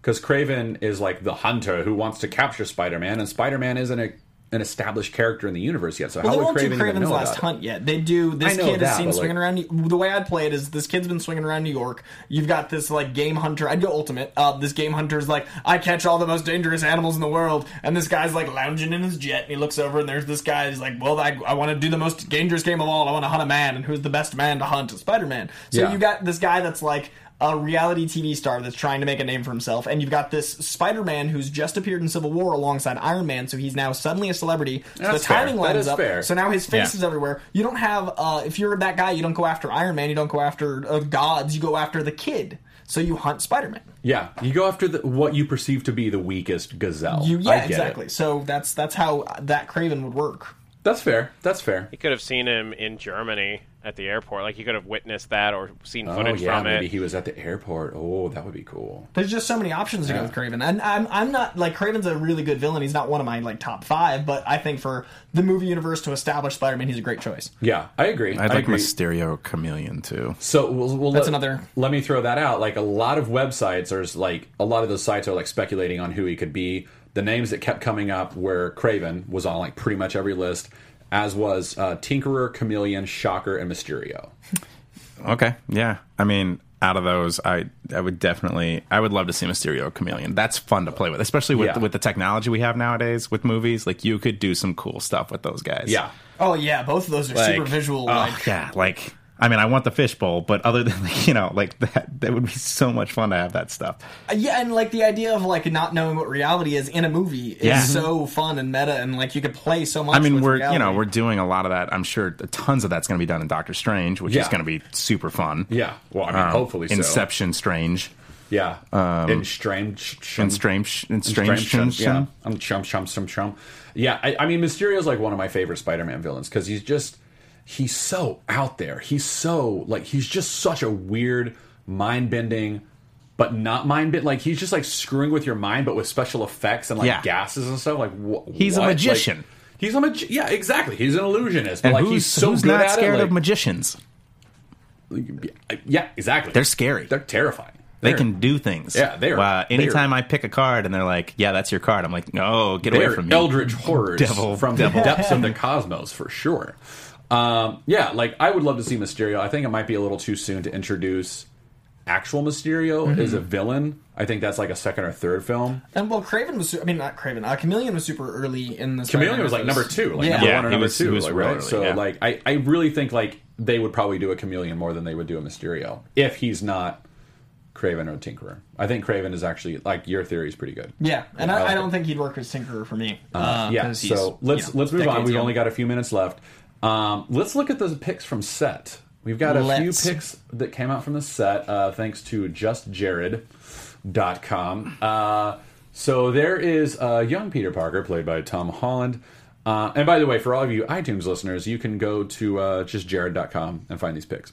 Speaker 2: because Craven is like the hunter who wants to capture Spider-Man, and Spider-Man isn't a, an established character in the universe yet. So
Speaker 4: Well,
Speaker 2: how
Speaker 4: they
Speaker 2: would
Speaker 4: won't
Speaker 2: Craven
Speaker 4: do
Speaker 2: even
Speaker 4: Craven's
Speaker 2: know about
Speaker 4: Last
Speaker 2: it?
Speaker 4: Hunt yet. They do. This
Speaker 2: I know
Speaker 4: kid
Speaker 2: that,
Speaker 4: is seen
Speaker 2: but,
Speaker 4: swinging
Speaker 2: like-
Speaker 4: around. The way I play it is this kid's been swinging around New York. You've got this like game hunter. I'd go ultimate. Uh, this game hunter's like, I catch all the most dangerous animals in the world, and this guy's like lounging in his jet, and he looks over, and there's this guy. He's like, Well, I, I want to do the most dangerous game of all. I want to hunt a man, and who's the best man to hunt? Spider Man. So
Speaker 2: Yeah.
Speaker 4: you got this guy that's like. A reality TV star that's trying to make a name for himself, and you've got this Spider-Man who's just appeared in Civil War alongside Iron Man, so he's now suddenly a celebrity. So the
Speaker 2: That's fair.
Speaker 4: timing
Speaker 2: That
Speaker 4: lines
Speaker 2: is
Speaker 4: up.
Speaker 2: fair.
Speaker 4: So now his face
Speaker 5: Yeah.
Speaker 4: is everywhere. You don't have uh, if you're that guy, you don't go after Iron Man, you don't go after uh, gods, you go after the kid. So you hunt Spider Man.
Speaker 2: Yeah, you go after the, what you perceive to be the weakest gazelle.
Speaker 4: You
Speaker 2: I
Speaker 4: yeah,
Speaker 2: get it.
Speaker 4: exactly. So that's that's how that Craven would work.
Speaker 2: That's fair. That's fair.
Speaker 6: You could have seen him in Germany at the airport. Like you could have witnessed that or seen
Speaker 2: Oh
Speaker 6: footage
Speaker 2: yeah,
Speaker 6: from
Speaker 2: maybe
Speaker 6: it.
Speaker 2: he was at the airport. Oh, that would be cool.
Speaker 4: There's just so many options to go with Craven, and I'm I'm not like Craven's a really good villain. He's not one of my like top five, but I think for the movie universe to establish Spider Man, he's a great choice.
Speaker 2: Yeah, I agree.
Speaker 5: I'd
Speaker 2: I
Speaker 5: like
Speaker 2: agree.
Speaker 5: Mysterio Chameleon too.
Speaker 2: So we'll, we'll
Speaker 4: That's
Speaker 2: let,
Speaker 4: another-
Speaker 2: Let me throw that out. Like a lot of websites are like a lot of those sites are like speculating on who he could be. The names that kept coming up were Craven was on like pretty much every list, as was uh, Tinkerer, Chameleon, Shocker, and Mysterio.
Speaker 5: Okay, yeah. I mean, out of those, I I would definitely I would love to see Mysterio Chameleon. That's fun to play with, especially with
Speaker 2: Yeah.
Speaker 5: with the technology we have nowadays with movies. Like you could do some cool stuff with those guys.
Speaker 2: Yeah,
Speaker 4: Oh yeah, both of those are
Speaker 5: Like,
Speaker 4: super visual.
Speaker 5: oh,
Speaker 2: uh,
Speaker 4: like
Speaker 5: yeah, like I mean, I want the fishbowl, but other than <laughs> like, you know, like that, that would be so much fun to have that stuff.
Speaker 4: Uh, Yeah, and like the idea of like not knowing what reality is in a movie is
Speaker 5: Yeah.
Speaker 4: so fun and meta, and like you could play so much.
Speaker 5: I mean,
Speaker 4: with
Speaker 5: we're you
Speaker 4: reality.
Speaker 5: know we're doing a lot of that. I'm sure tons of that's going to be done in Doctor Strange, which is
Speaker 2: Yeah.
Speaker 5: going to be super fun.
Speaker 2: yeah. Well, I mean,
Speaker 5: Um,
Speaker 2: hopefully, so.
Speaker 5: Inception Strange
Speaker 2: Yeah, in strange,
Speaker 5: and Strange and Strange.
Speaker 2: Strange, yeah. I'm chump, chump, chump, chump. Yeah, I, I mean, Mysterio's like one of my favorite Spider-Man villains because he's just he's so out there. He's so like he's just such a weird, mind-bending, but not mind-bending. Like he's just like screwing with your mind, but with special effects and like
Speaker 5: Yeah.
Speaker 2: gases and stuff. Like wh-
Speaker 5: He's a
Speaker 2: what? Like,
Speaker 5: magician.
Speaker 2: he's a mag- yeah, exactly. He's an illusionist, but
Speaker 5: And
Speaker 2: like
Speaker 5: who's,
Speaker 2: he's so
Speaker 5: who's
Speaker 2: good
Speaker 5: not
Speaker 2: at
Speaker 5: scared
Speaker 2: it.
Speaker 5: of
Speaker 2: like-
Speaker 5: magicians?
Speaker 2: yeah, exactly.
Speaker 5: They're scary.
Speaker 2: They're terrifying.
Speaker 5: They
Speaker 2: They're-
Speaker 5: can do things.
Speaker 2: Yeah, they are-
Speaker 5: Uh,
Speaker 2: they are-
Speaker 5: anytime I pick a card and they're like, "Yeah, that's your card," I'm like, "No, get away
Speaker 2: They're
Speaker 5: from me."
Speaker 2: eldritch horrors
Speaker 5: Devil-
Speaker 2: from
Speaker 5: devil.
Speaker 2: the depths of the cosmos for sure. Um, yeah, like I would love to see Mysterio. I think it might be a little too soon to introduce actual Mysterio
Speaker 5: Mm-hmm.
Speaker 2: as a villain. I think that's like a second or third film.
Speaker 4: and well, Craven was. Su- I mean, not Craven. Uh, Chameleon was super early in this.
Speaker 2: Chameleon was like number two, like
Speaker 4: Yeah.
Speaker 2: number
Speaker 5: Yeah,
Speaker 2: one or
Speaker 5: he
Speaker 2: number
Speaker 5: was-
Speaker 2: two,
Speaker 5: he was
Speaker 2: like,
Speaker 5: real
Speaker 2: right?
Speaker 5: early,
Speaker 2: so
Speaker 5: yeah.
Speaker 2: like I, I really think like they would probably do a Chameleon more than they would do a Mysterio if he's not Craven or Tinkerer. I think Craven is actually like your theory is pretty good.
Speaker 4: Yeah, and
Speaker 2: I
Speaker 4: I,
Speaker 2: like
Speaker 4: I don't
Speaker 2: it.
Speaker 4: think he'd work as Tinkerer for me. Uh,
Speaker 2: yeah.
Speaker 4: 'cause he's,
Speaker 2: So let's
Speaker 4: you know,
Speaker 2: let's move on.
Speaker 4: decades
Speaker 2: We've
Speaker 4: young.
Speaker 2: only got a few minutes left. Um, let's look at those picks from set. We've got a
Speaker 4: Let's.
Speaker 2: few picks that came out from the set, uh, thanks to justjared.com. Uh, so there is uh, young Peter Parker, played by Tom Holland. Uh, and by the way, for all of you iTunes listeners, you can go to uh, justjared.com and find these picks.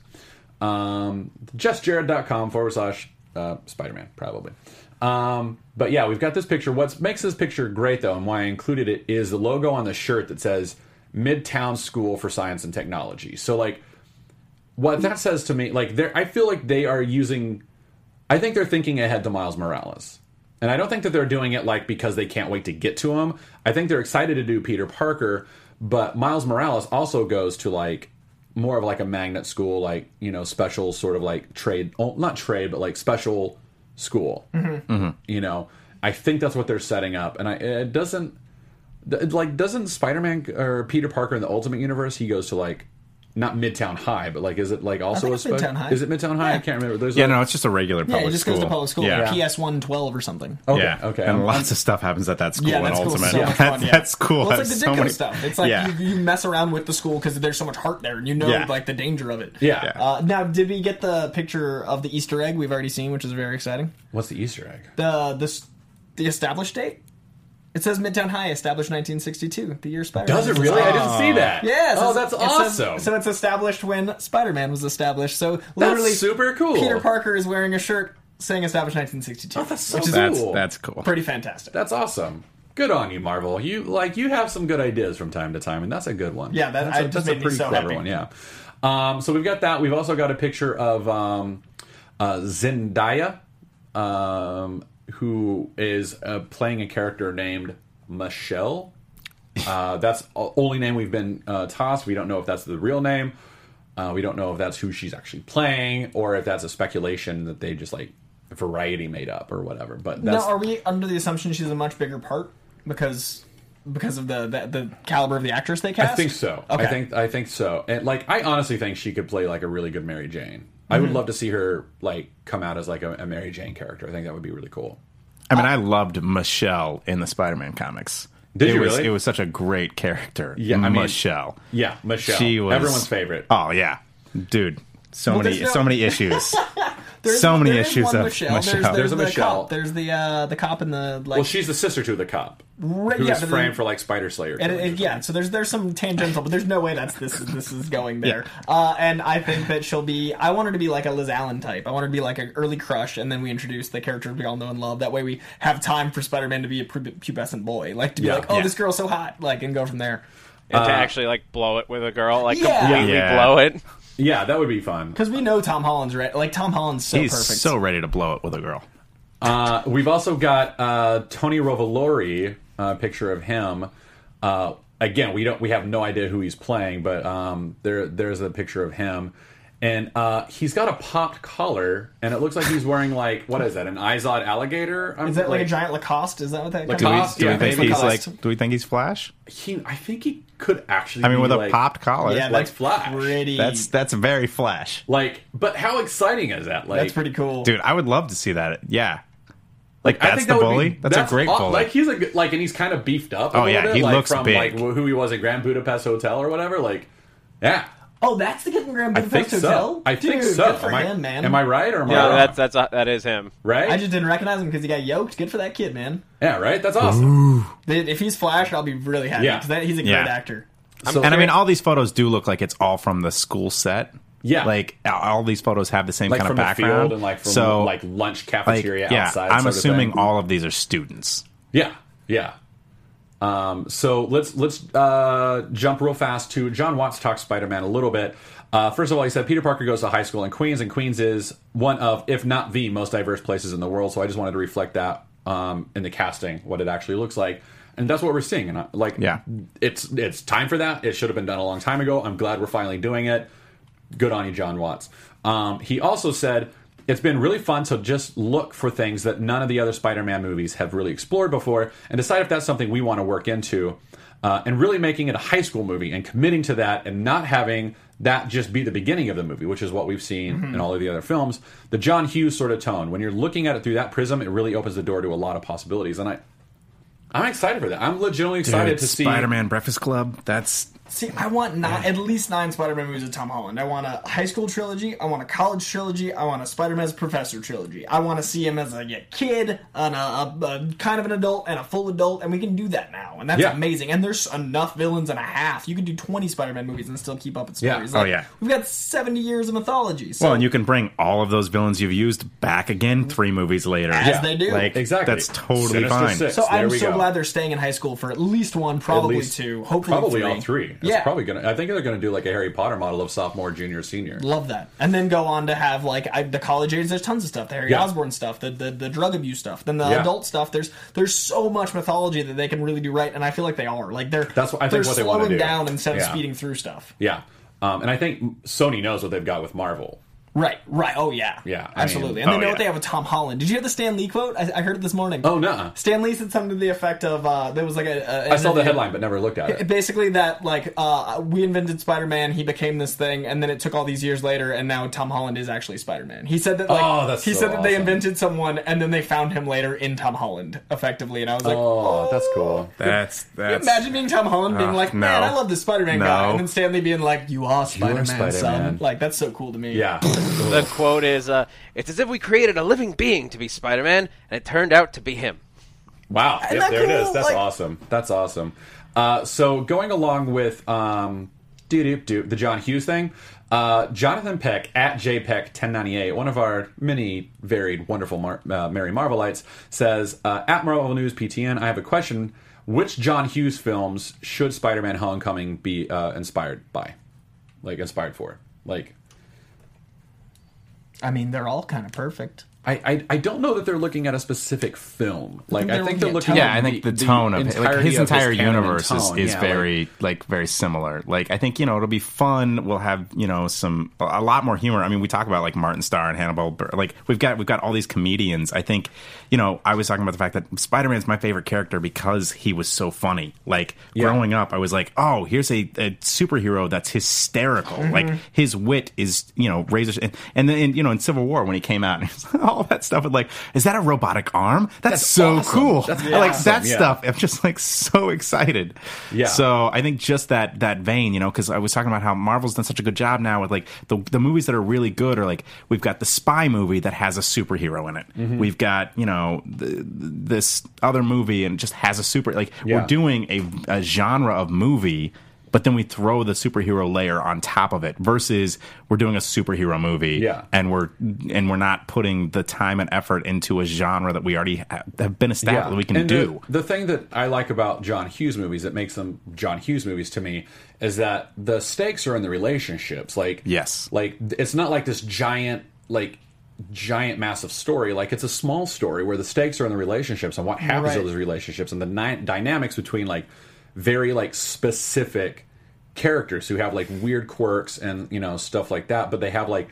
Speaker 2: Um, justjared.com forward slash uh, Spider Man, probably. Um, but yeah, we've got this picture. What makes this picture great, though, and why I included it, is the logo on the shirt that says Midtown School for Science and Technology. So, like, what that says to me, like, they're, I feel like they are using, I think they're thinking ahead to Miles Morales. And I don't think that they're doing it, like, because they can't wait to get to him. I think they're excited to do Peter Parker, but Miles Morales also goes to, like, more of like a magnet school, like, you know, special sort of like trade, oh, not trade, but like special school.
Speaker 4: Mm-hmm.
Speaker 2: You know, I think that's what they're setting up. And I, it doesn't, th- like doesn't spider-man or peter parker in the ultimate universe he goes to like not Midtown High, but like is it like also
Speaker 4: think
Speaker 2: a
Speaker 4: it's
Speaker 2: spec-
Speaker 4: Midtown High.
Speaker 2: Is it Midtown High? I can't remember. There's
Speaker 5: Yeah,
Speaker 2: a-
Speaker 5: no, it's just a regular
Speaker 4: Yeah,
Speaker 5: public
Speaker 4: it just
Speaker 5: school.
Speaker 4: goes to public school.
Speaker 5: Yeah.
Speaker 4: Like PS one twelve or something.
Speaker 2: Okay,
Speaker 5: yeah.
Speaker 2: okay.
Speaker 5: And
Speaker 2: I'm-
Speaker 5: lots of stuff happens at that school
Speaker 4: Yeah,
Speaker 5: in
Speaker 4: that's cool.
Speaker 5: Ultimate.
Speaker 4: So much
Speaker 5: <laughs> That-
Speaker 4: fun, yeah.
Speaker 5: That's cool.
Speaker 4: Well, it's like
Speaker 5: That's
Speaker 4: the
Speaker 5: so
Speaker 4: Ditko
Speaker 5: many-
Speaker 4: stuff. It's like
Speaker 5: yeah.
Speaker 4: you, you mess around with the school because there's so much heart there, and you know
Speaker 5: Yeah.
Speaker 4: like the danger of it.
Speaker 2: Yeah.
Speaker 5: Yeah.
Speaker 4: Uh, now, did we get the picture of the Easter egg we've already seen, which is very exciting?
Speaker 2: What's the Easter egg?
Speaker 4: The this the established date. It says Midtown High, established 1962, the year Spider-Man.
Speaker 2: Does it
Speaker 4: was
Speaker 2: really? I
Speaker 4: established.
Speaker 2: didn't see that.
Speaker 4: Yeah. it
Speaker 2: Oh,
Speaker 4: says-
Speaker 2: that's
Speaker 4: it says-
Speaker 2: awesome.
Speaker 4: so it's established when Spider-Man was established. So literally,
Speaker 2: super cool.
Speaker 4: Peter Parker is wearing a shirt saying established 1962,
Speaker 2: Oh, that's so
Speaker 4: which
Speaker 2: cool.
Speaker 4: is
Speaker 5: That's that's cool.
Speaker 4: pretty fantastic.
Speaker 2: That's awesome. Good on you, Marvel. You like you have some good ideas from time to time, and that's a good one.
Speaker 4: Yeah, that-
Speaker 2: that's a
Speaker 4: I- just made me so happy.
Speaker 2: one. Yeah. Um, so we've got that. We've also got a picture of um, uh, Zendaya, um, who is uh, playing a character named Michelle. Uh, that's o- only name we've been uh, tossed. We don't know if that's the real name. Uh, we don't know if that's who she's actually playing, or if that's a speculation that they just like variety made up or whatever. But that's
Speaker 4: now, are we under the assumption she's a much bigger part because because of the the, the caliber of the actress they cast?
Speaker 2: I think so. I
Speaker 4: Okay.
Speaker 2: think I think so. And like I honestly think she could play like a really good Mary Jane. I
Speaker 4: Mm-hmm.
Speaker 2: would love to see her like come out as like a, a Mary Jane character. I think that would be really cool.
Speaker 5: I
Speaker 4: uh,
Speaker 5: mean, I loved Michelle in the Spider-Man comics.
Speaker 2: Did
Speaker 5: it
Speaker 2: you
Speaker 5: was
Speaker 2: really?
Speaker 5: it was such a great character.
Speaker 2: Yeah, I mean-
Speaker 5: Michelle.
Speaker 2: Yeah, Michelle.
Speaker 5: She was
Speaker 2: everyone's favorite.
Speaker 5: Oh yeah, dude. So
Speaker 4: Well,
Speaker 5: many
Speaker 4: there's no-
Speaker 2: <laughs>
Speaker 5: so many issues.
Speaker 4: There's-
Speaker 5: so many
Speaker 4: there is
Speaker 5: issues
Speaker 4: one
Speaker 5: of
Speaker 4: Michelle. There's,
Speaker 5: Michelle.
Speaker 4: there's
Speaker 2: There's a
Speaker 4: the
Speaker 2: Michelle.
Speaker 4: Cop. There's the uh, the cop and the like.
Speaker 2: well, she's the sister to the cop who
Speaker 4: Right,
Speaker 2: is
Speaker 4: yeah, but then-
Speaker 2: framed for like Spider Slayer.
Speaker 4: and
Speaker 2: killings
Speaker 4: it-
Speaker 2: or
Speaker 4: it- yeah, so there's there's some tangential, but there's no way that's this is this is going there. Uh, and I think that she'll be. I want her to be like a Liz Allen type. I want her to be like an early crush, and then we introduce the character we all know and love. That way, we have time for Spider-Man to be a pu- pubescent boy, like to be
Speaker 2: Yeah.
Speaker 4: like, oh,
Speaker 5: Yeah.
Speaker 4: this girl's so hot, like, and go from there.
Speaker 6: and to actually like blow it with a girl, like
Speaker 4: Yeah.
Speaker 6: completely
Speaker 5: Yeah.
Speaker 6: blow it.
Speaker 2: something. Yeah, that would be fun.
Speaker 4: Because we know Tom Holland's right. Like Tom Holland's so
Speaker 5: He's
Speaker 4: perfect.
Speaker 5: so ready to blow it with a girl.
Speaker 2: Uh, we've also got uh, Tony Rovolori, uh, picture of him. Uh, again, we don't we have no idea who he's playing, but um, there there's a picture of him, and uh, he's got a popped collar, and it looks like he's wearing like what is that? An Izod alligator? I'm,
Speaker 4: Is that like a giant Lacoste? Is that what that?
Speaker 2: Like
Speaker 5: Do we,
Speaker 2: Lacoste,
Speaker 5: do we
Speaker 2: yeah,
Speaker 5: think
Speaker 2: maybe
Speaker 5: he's
Speaker 2: Lacoste.
Speaker 5: like? Do we think he's Flash?
Speaker 2: He, I think he could actually.
Speaker 5: I mean,
Speaker 2: be,
Speaker 5: with a
Speaker 2: like-
Speaker 5: popped collar.
Speaker 4: yeah,
Speaker 2: like
Speaker 4: that's
Speaker 2: Flash.
Speaker 4: pretty.
Speaker 5: that's that's very Flash,
Speaker 2: Like, but how exciting is that? Like,
Speaker 4: that's pretty cool,
Speaker 5: dude. I would love to see that. Yeah, like
Speaker 2: I
Speaker 5: that's
Speaker 2: think
Speaker 5: the
Speaker 2: that would
Speaker 5: bully.
Speaker 2: be-
Speaker 5: that's, a great
Speaker 2: aw-
Speaker 5: bully.
Speaker 2: Like he's a good- like, and he's kind of beefed up. A
Speaker 5: Oh,
Speaker 2: little
Speaker 5: yeah,
Speaker 2: bit,
Speaker 5: he
Speaker 2: like,
Speaker 5: looks
Speaker 2: from
Speaker 5: big.
Speaker 2: like wh- who he was at Grand Budapest Hotel or whatever. Like, yeah,
Speaker 4: Oh, that's the kid from Grand
Speaker 2: I
Speaker 4: Budapest
Speaker 2: think
Speaker 4: Hotel.
Speaker 2: so. I think
Speaker 4: Dude,
Speaker 2: so.
Speaker 4: Good for
Speaker 2: am I,
Speaker 4: him, man.
Speaker 2: Am I right or am I
Speaker 6: Yeah,
Speaker 2: wrong?
Speaker 6: that's that's uh, that is him.
Speaker 2: right.
Speaker 4: I just didn't recognize him because he got yoked. Good for that kid, man.
Speaker 2: yeah, right. That's awesome.
Speaker 4: Dude, If he's Flash, I'll be really happy
Speaker 2: Yeah.
Speaker 4: because he's a great
Speaker 5: Yeah.
Speaker 4: actor.
Speaker 2: So-
Speaker 5: and I mean, all these photos do look like it's all from the school set.
Speaker 2: Yeah.
Speaker 5: like all these photos have the same
Speaker 2: like
Speaker 5: kind
Speaker 2: from
Speaker 5: of
Speaker 2: the
Speaker 5: background.
Speaker 2: field and like from
Speaker 5: so
Speaker 2: like lunch
Speaker 5: like,
Speaker 2: cafeteria
Speaker 5: yeah,
Speaker 2: outside.
Speaker 5: I'm
Speaker 2: sort of
Speaker 5: assuming
Speaker 2: thing.
Speaker 5: all of these are students.
Speaker 2: Yeah, yeah. Um, so let's let's uh, jump real fast to John Watts talks Spider Man a little bit. Uh, first of all, he said Peter Parker goes to high school in Queens, and Queens is one of, if not the most diverse places in the world. So I just wanted to reflect that um, in the casting, what it actually looks like, and that's what we're seeing. And I, like,
Speaker 5: Yeah.
Speaker 2: it's it's time for that. It should have been done a long time ago. I'm glad we're finally doing it good on you, John Watts. Um, he also said, it's been really fun to just look for things that none of the other Spider Man movies have really explored before and decide if that's something we want to work into. Uh, and really making it a high school movie and committing to that and not having that just be the beginning of the movie, which is what we've seen in all of the other films. The John Hughes sort of tone, when you're looking at it through that prism, it really opens the door to a lot of possibilities. And I. I'm excited for that. I'm legitimately excited to see
Speaker 5: Spider-Man Breakfast Club. That's
Speaker 4: See, I want nine, at least nine Spider-Man movies with Tom Holland. I want a high school trilogy. I want a college trilogy. I want a Spider-Man's professor trilogy. I want to see him as a yeah, kid, and a, a, a kind of an adult, and a full adult, and we can do that now, and that's
Speaker 2: Yeah.
Speaker 4: amazing. And there's enough villains and a half. You can do 20 Spider-Man movies and still keep up with
Speaker 2: Yeah.
Speaker 4: stories.
Speaker 5: Oh, yeah.
Speaker 4: we've got 70 years of mythology. So
Speaker 5: well, and you can bring all of those villains you've used back again three movies later.
Speaker 4: As Yeah. they do.
Speaker 5: Like,
Speaker 2: Exactly.
Speaker 5: That's totally
Speaker 2: Sinister
Speaker 5: fine.
Speaker 2: Six.
Speaker 4: So
Speaker 2: There
Speaker 4: I'm
Speaker 2: we
Speaker 4: so
Speaker 2: go.
Speaker 4: glad they're staying in high school for at least one, probably
Speaker 2: least-
Speaker 4: two, hopefully
Speaker 2: Probably
Speaker 4: three.
Speaker 2: all three. It's
Speaker 4: yeah,
Speaker 2: probably gonna. I think they're gonna do like a Harry Potter model of sophomore, junior, senior.
Speaker 4: love that. And then go on to have like I, the college age. There's tons of stuff. The Harry
Speaker 2: Yeah.
Speaker 4: Osborn stuff, the, the the drug abuse stuff, then the
Speaker 2: Yeah.
Speaker 4: adult stuff. There's there's so much mythology that they can really do right, and I feel like they are. Like they're
Speaker 2: That's what- I think
Speaker 4: they're
Speaker 2: what they wanna
Speaker 4: slowing
Speaker 2: do.
Speaker 4: down instead of
Speaker 2: Yeah.
Speaker 4: speeding through stuff.
Speaker 2: Yeah, um, and I think Sony knows what they've got with Marvel.
Speaker 4: Right, right. Oh yeah,
Speaker 2: Yeah, I
Speaker 4: absolutely.
Speaker 2: mean-
Speaker 4: and they
Speaker 5: oh,
Speaker 4: know
Speaker 5: yeah.
Speaker 4: they have a Tom Holland. Did you hear the Stan Lee quote? I, I heard it this morning.
Speaker 2: Oh, nuh-uh.
Speaker 4: Stan Lee said something to the effect of uh, there was like a. a
Speaker 2: I saw the headline but never looked at it.
Speaker 4: Basically, that like uh, we invented Spider-Man, he became this thing, and then it took all these years later, and now Tom Holland is actually Spider-Man. He said that like
Speaker 2: Oh, that's
Speaker 4: he
Speaker 2: so
Speaker 4: said that they
Speaker 2: awesome.
Speaker 4: invented someone, and then they found him later in Tom Holland, effectively. And I was
Speaker 2: <laughs>
Speaker 4: like,
Speaker 2: Oh, Ah, that's cool.
Speaker 5: That's that's
Speaker 4: Imagine being Tom Holland being
Speaker 5: Uh,
Speaker 4: like,
Speaker 5: no.
Speaker 4: "Man, I love this Spider-Man guy,"
Speaker 5: No.
Speaker 4: and then Stanley being like, "You are Spider-Man, son."
Speaker 2: Spider-Man.
Speaker 4: Like that's so cool to me.
Speaker 2: <laughs> Yeah.
Speaker 6: The quote is, uh, "It's as if we created a living being to be Spider-Man, and it turned out to be him."
Speaker 2: Wow.
Speaker 4: Isn't
Speaker 2: Yep,
Speaker 4: that
Speaker 2: there it is.
Speaker 4: cool?
Speaker 2: That's
Speaker 4: Like-
Speaker 2: awesome. That's awesome. Uh, so going along with um, doo doo doo the John Hughes thing, uh, Jonathan Peck at JPeck1098, one of our many varied, wonderful Mar- uh, Mary Marvelites, says uh, at Marvel News PTN, I have a question. Which John Hughes films should Spider-Man: Homecoming be uh, inspired by? Like inspired for? Like
Speaker 4: I mean, they're all kind of perfect.
Speaker 2: I, I I don't know that they're looking at a specific film. Like I
Speaker 4: they're
Speaker 2: think they're looking.
Speaker 4: looking at
Speaker 5: yeah, I think the, tone of it, like
Speaker 2: entirety
Speaker 5: his
Speaker 2: of
Speaker 5: entire
Speaker 2: canon and
Speaker 5: universe
Speaker 2: tone.
Speaker 5: is, is
Speaker 2: Yeah, like-
Speaker 5: very like, very similar. Like I think you know it'll be fun. We'll have you know some a a lot more humor. I mean, we talk about like Martin Starr and Hannibal. Bur- Like we've got we've got all these comedians. I think you know I was talking about the fact that Spider Man's my favorite character because he was so funny. Like growing up, I was like, oh, here's a, a superhero that's hysterical.
Speaker 2: Mm-hmm.
Speaker 5: Like his wit is you know razor and, and then you know in Civil War when he came out, <laughs> all that stuff. And like, is that a robotic arm? That's, so
Speaker 2: awesome.
Speaker 5: cool.
Speaker 2: That's
Speaker 5: I like
Speaker 2: awesome,
Speaker 5: that
Speaker 2: yeah.
Speaker 5: stuff. I'm just like so excited.
Speaker 2: Yeah.
Speaker 5: So I think just that that vein, you know, because I was talking about how Marvel's done such a good job now with like the the movies that are really good are like we've got the spy movie that has a superhero in it.
Speaker 2: Mm-hmm.
Speaker 5: We've got you know the, this other movie and it just has a super like
Speaker 2: Yeah.
Speaker 5: we're doing a, a genre of movie. But then we throw the superhero layer on top of it versus we're doing a superhero movie
Speaker 2: Yeah.
Speaker 5: and we're and we're not putting the time and effort into a genre that we already ha- have been established that we can
Speaker 2: And the-
Speaker 5: do.
Speaker 2: The, thing that I like about John Hughes movies that makes them John Hughes movies to me is that the stakes are in the relationships. Like
Speaker 5: Yes.
Speaker 2: like it's not like this giant like giant massive story like it's a small story where the stakes are in the relationships and what happens in
Speaker 4: Right.
Speaker 2: those relationships and the ni- dynamics between like very like specific characters who have like weird quirks and you know stuff like that but they have like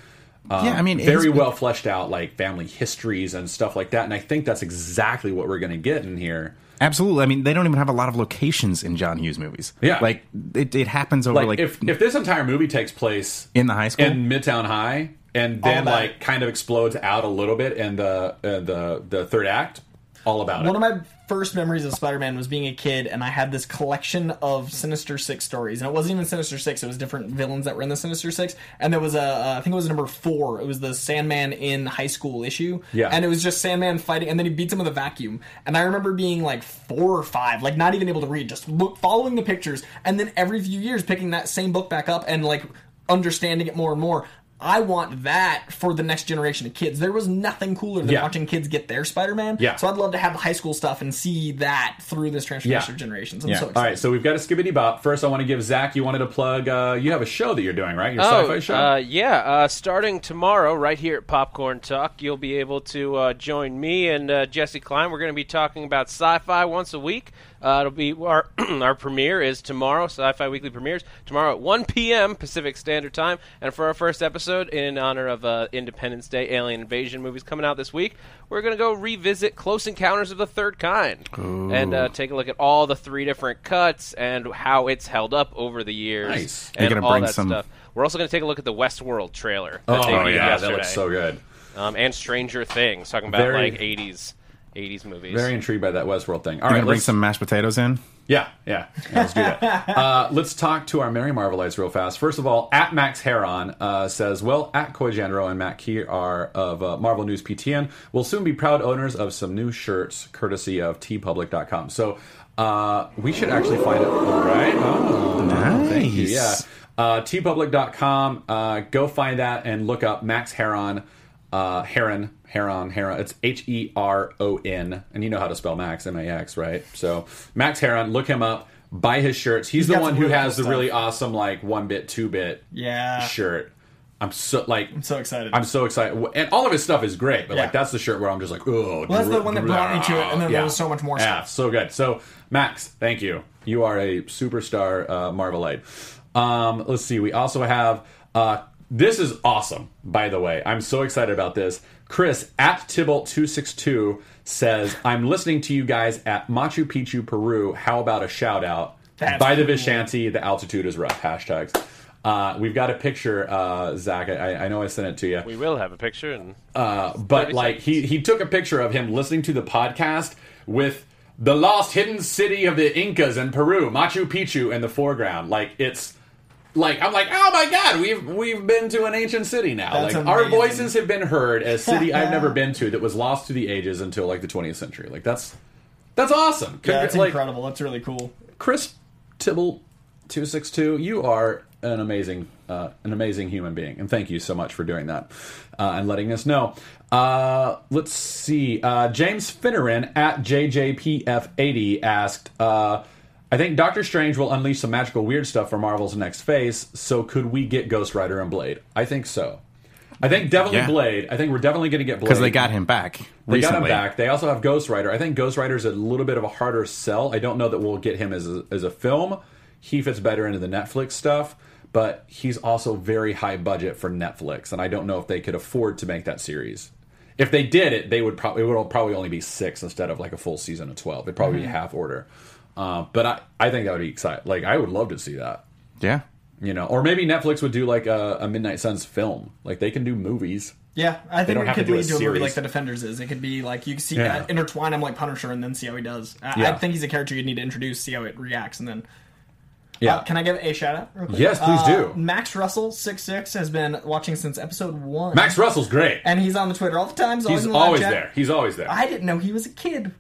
Speaker 2: um,
Speaker 5: Yeah, I mean,
Speaker 2: very
Speaker 5: it's-
Speaker 2: well fleshed out like family histories and stuff like that and i think that's exactly what we're going to get in here
Speaker 5: Absolutely. I mean, they don't even have a lot of locations in John Hughes movies.
Speaker 2: Yeah.
Speaker 5: like it, it happens over
Speaker 2: like,
Speaker 5: like,
Speaker 2: if if this entire movie takes place
Speaker 5: in the high school.
Speaker 2: in Midtown High and then
Speaker 4: about
Speaker 2: like kind of explodes out a little bit in the uh, the the third act, all about
Speaker 4: One
Speaker 2: it.
Speaker 4: of my first memories of Spider-Man was being a kid, and I had this collection of Sinister Six stories, and it wasn't even Sinister Six; it was different villains that were in the Sinister Six. And there was a, uh, I think it was number four. It was the Sandman in high school issue,
Speaker 2: Yeah.
Speaker 4: And it was just Sandman fighting, and then he beats him with a vacuum. And I remember being like four or five, like not even able to read, just look following the pictures, and then every few years picking that same book back up and like understanding it more and more. I want that for the next generation of kids. There was nothing cooler than
Speaker 2: Yeah.
Speaker 4: watching kids get their Spider-Man.
Speaker 2: Yeah.
Speaker 4: So I'd love to have the high school stuff and see that through this transformation
Speaker 2: Yeah.
Speaker 4: of generations. I'm
Speaker 5: Yeah.
Speaker 4: so
Speaker 2: all
Speaker 4: excited.
Speaker 2: right, so we've got a skibbity bop. First, I want to give Zach. You wanted to plug. Uh, you have a show that you're doing, right? Your sci-fi show.
Speaker 6: Uh, yeah. Uh, starting tomorrow, right here at Popcorn Talk, you'll be able to uh, join me and uh, Jesse Klein. We're going to be talking about sci-fi once a week. Uh, it'll be <clears throat> our our premiere is tomorrow. Sci-fi weekly premieres tomorrow at 1 p.m. Pacific Standard Time. And for our first episode, in honor of uh, Independence Day, Alien Invasion movies coming out this week, we're going to go revisit Close Encounters of the Third Kind and uh, take a look at all the three different cuts and how it's held up over the years
Speaker 2: Nice.
Speaker 5: You're
Speaker 6: and
Speaker 5: gonna
Speaker 6: all
Speaker 5: bring
Speaker 6: that
Speaker 5: some-
Speaker 6: stuff. We're also going to take a look at the Westworld trailer. That
Speaker 2: oh
Speaker 6: debuted
Speaker 2: yeah, that
Speaker 6: yesterday.
Speaker 2: looks so good.
Speaker 6: Um, and Stranger Things, talking about
Speaker 2: Very-
Speaker 6: like '80s, '80s movies.
Speaker 2: Very intrigued by that Westworld thing. All right,
Speaker 5: You're gonna bring
Speaker 2: let's-
Speaker 5: some mashed potatoes in.
Speaker 2: Yeah, yeah. yeah, let's do that. uh, let's talk to our Mary Marvelites real fast. First of all, at Max Heron uh, says, "Well, at Koijandro and Matt Key are of uh, Marvel News PTN. Will soon be proud owners of some new shirts, courtesy of tpublic.com." So uh, we should actually find out. All right. Oh, Thank you.
Speaker 5: Nice.
Speaker 2: Yeah. Uh, tpublic.com. Uh, go find that and look up Max Heron. Uh, Heron, Heron, Heron. It's H E R O N, and you know how to spell Max, M A X, right? So Max Heron, look him up. Buy his shirts. He's, the
Speaker 4: got
Speaker 2: one
Speaker 4: some
Speaker 2: who
Speaker 4: really
Speaker 2: has
Speaker 4: cool
Speaker 2: the
Speaker 4: stuff.
Speaker 2: really awesome like one bit, two bit
Speaker 4: Yeah.
Speaker 2: shirt. I'm so like I'm
Speaker 4: so excited.
Speaker 2: I'm so excited, and all of his stuff is great. But
Speaker 4: Yeah.
Speaker 2: like that's the shirt where I'm just like, oh.
Speaker 4: Well, that's the one that brought me to it, and then there was so much more
Speaker 2: Yeah,
Speaker 4: stuff.
Speaker 2: so good. So, Max, thank you. You are a superstar uh, Marvelite. Um, let's see. We also have uh, This is awesome, by the way. I'm so excited about this. Chris at Tybalt262 says, I'm listening to you guys at Machu Picchu, Peru. How about a shout out?
Speaker 4: That's
Speaker 2: by the
Speaker 4: cool.
Speaker 2: Vishanti, the altitude is rough. Hashtags. Uh, we've got a picture, uh, Zach. I, I know I sent it to you
Speaker 6: We will have a picture and
Speaker 2: Uh, but
Speaker 6: 30
Speaker 2: like he he took a picture of him listening to the podcast with the lost hidden city of the Incas in Peru, Machu Picchu in the foreground. Like it's like I'm like, oh my god, we've we've been to an ancient city now.
Speaker 4: That's
Speaker 2: like our
Speaker 4: amazing.
Speaker 2: voices have been heard as
Speaker 4: <laughs>
Speaker 2: city I've never been to that was lost to the ages until like the 20th century. Like that's that's awesome.
Speaker 4: Yeah, that's
Speaker 2: Like,
Speaker 4: incredible. That's really cool.
Speaker 2: Chris Tibble, two six two. You are an amazing, uh, an amazing human being, and thank you so much for doing that uh, and letting us know. Uh, let's see. Uh, James Finneran at JJPF80 asked. Uh, I think Doctor Strange will unleash some magical weird stuff for Marvel's next phase. So could we get Ghost Rider and Blade? I think so. I think definitely
Speaker 5: Yeah.
Speaker 2: Blade. I think we're definitely going to get Blade
Speaker 5: because they got him back
Speaker 2: they
Speaker 5: recently.
Speaker 2: got him back. They also have Ghost Rider. I think Ghost Rider's a little bit of a harder sell. I don't know that we'll get him as a, as a film. He fits better into the Netflix stuff, but he's also very high budget for Netflix, and I don't know if they could afford to make that series. If they did it, they would probably it would probably only be six instead of like a full season of twelve. It'd probably
Speaker 4: Mm-hmm.
Speaker 2: be half order. Uh, but I, I think that would be exciting. Like I would love to see that
Speaker 5: Yeah,
Speaker 2: you know, or maybe Netflix would do like a, a Midnight Suns film. Like they can do movies.
Speaker 4: Yeah, I
Speaker 2: don't
Speaker 4: think it
Speaker 2: have to
Speaker 4: could
Speaker 2: do a
Speaker 4: lead to a movie
Speaker 2: series.
Speaker 4: like The Defenders is. It could be like you could see
Speaker 2: Yeah.
Speaker 4: uh, intertwine him like Punisher and then see how he does. I,
Speaker 2: Yeah.
Speaker 4: I think he's a character you need to introduce, see how it reacts, and then.
Speaker 2: Yeah.
Speaker 4: Uh, can I give a shout out? Real quick? Uh,
Speaker 2: Yes, please do.
Speaker 4: Max Russell six six has been watching since episode one.
Speaker 2: Max Russell's great.
Speaker 4: and he's on the Twitter all the time.
Speaker 2: He's
Speaker 4: in the live
Speaker 2: always
Speaker 4: chat.
Speaker 2: there. He's always there.
Speaker 4: I didn't know he was a kid.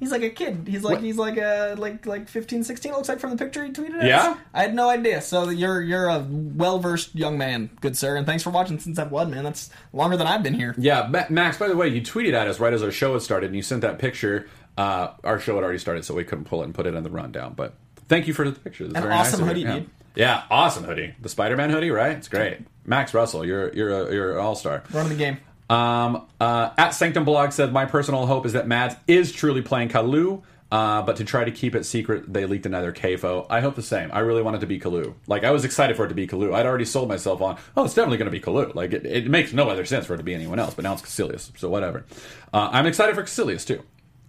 Speaker 4: He's like a kid. He's like he's like a like like 15, 16 it looks like from the picture he tweeted. at us.
Speaker 2: Yeah?
Speaker 4: I had no idea. So you're you're a well versed young man, good sir, and thanks for watching since I've won, man. That's longer than I've been here.
Speaker 2: Yeah, Ma- Max. By the way, you tweeted at us right as our show had started, and you sent that picture. Uh, our show had already started, so we couldn't pull it and put it in the rundown. But thank you for the picture. It's
Speaker 4: An
Speaker 2: very nice
Speaker 4: awesome
Speaker 2: of you.
Speaker 4: hoodie,
Speaker 2: yeah.
Speaker 4: dude.
Speaker 2: Yeah, awesome hoodie. The Spider-Man hoodie, right? It's great. Max Russell, you're you're a, you're an all-star.
Speaker 4: Run of the game.
Speaker 2: Um, uh, at Sanctum Blog said, my personal hope is that Mads is truly playing Kalu. Uh, but to try to keep it secret, they leaked another KFO. I hope the same. I really want it to be Kalu. Like, I was excited for it to be Kalu. I'd already sold myself on, oh, it's definitely going to be Kalu. Like, it, it makes no other sense for it to be anyone else, but now it's Cassilius, so whatever. Uh, I'm excited for Cassilius, too.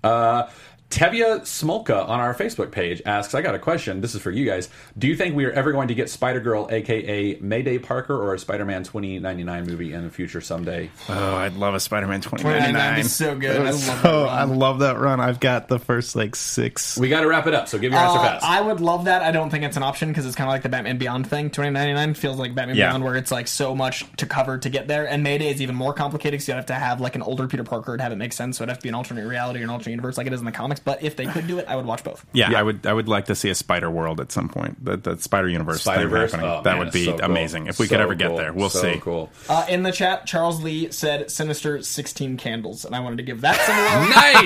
Speaker 2: Uh, Tevia Smolka on our Facebook page asks, I got a question. This is for you guys. Do you think we are ever going to get Spider Girl, aka Mayday Parker, or a Spider Man 2099 movie in the future someday?
Speaker 5: Oh, I'd love a Spider-Man 2099.
Speaker 4: 29 is so good. I love that
Speaker 5: so,
Speaker 4: run.
Speaker 5: I love that run. I've got the first like six.
Speaker 2: We got to wrap it up, so give your answer
Speaker 4: Uh,
Speaker 2: fast.
Speaker 4: I would love that. I don't think it's an option because it's kind of like the Batman Beyond thing. Twenty ninety nine feels like Batman
Speaker 5: Yeah.
Speaker 4: Beyond, where it's like so much to cover to get there. And Mayday is even more complicated because you have to have like an older Peter Parker to have it make sense. So it'd have to be an alternate reality or an alternate universe, like it is in the comics. But if they could do it, I would watch both.
Speaker 5: Yeah, I would. I would like to see a Spider World at some point. That that Spider Universe thing
Speaker 2: Spider-Verse,
Speaker 5: happening.
Speaker 2: oh,
Speaker 5: that
Speaker 2: man,
Speaker 5: would
Speaker 2: it's
Speaker 5: be
Speaker 2: so cool.
Speaker 5: amazing if we
Speaker 2: So
Speaker 5: could ever get
Speaker 2: cool.
Speaker 5: there. We'll
Speaker 2: So
Speaker 5: see. <laughs>
Speaker 2: Cool.
Speaker 4: Uh, in the chat, Charles Lee said "Sinister sixteen candles," and I wanted to give that some love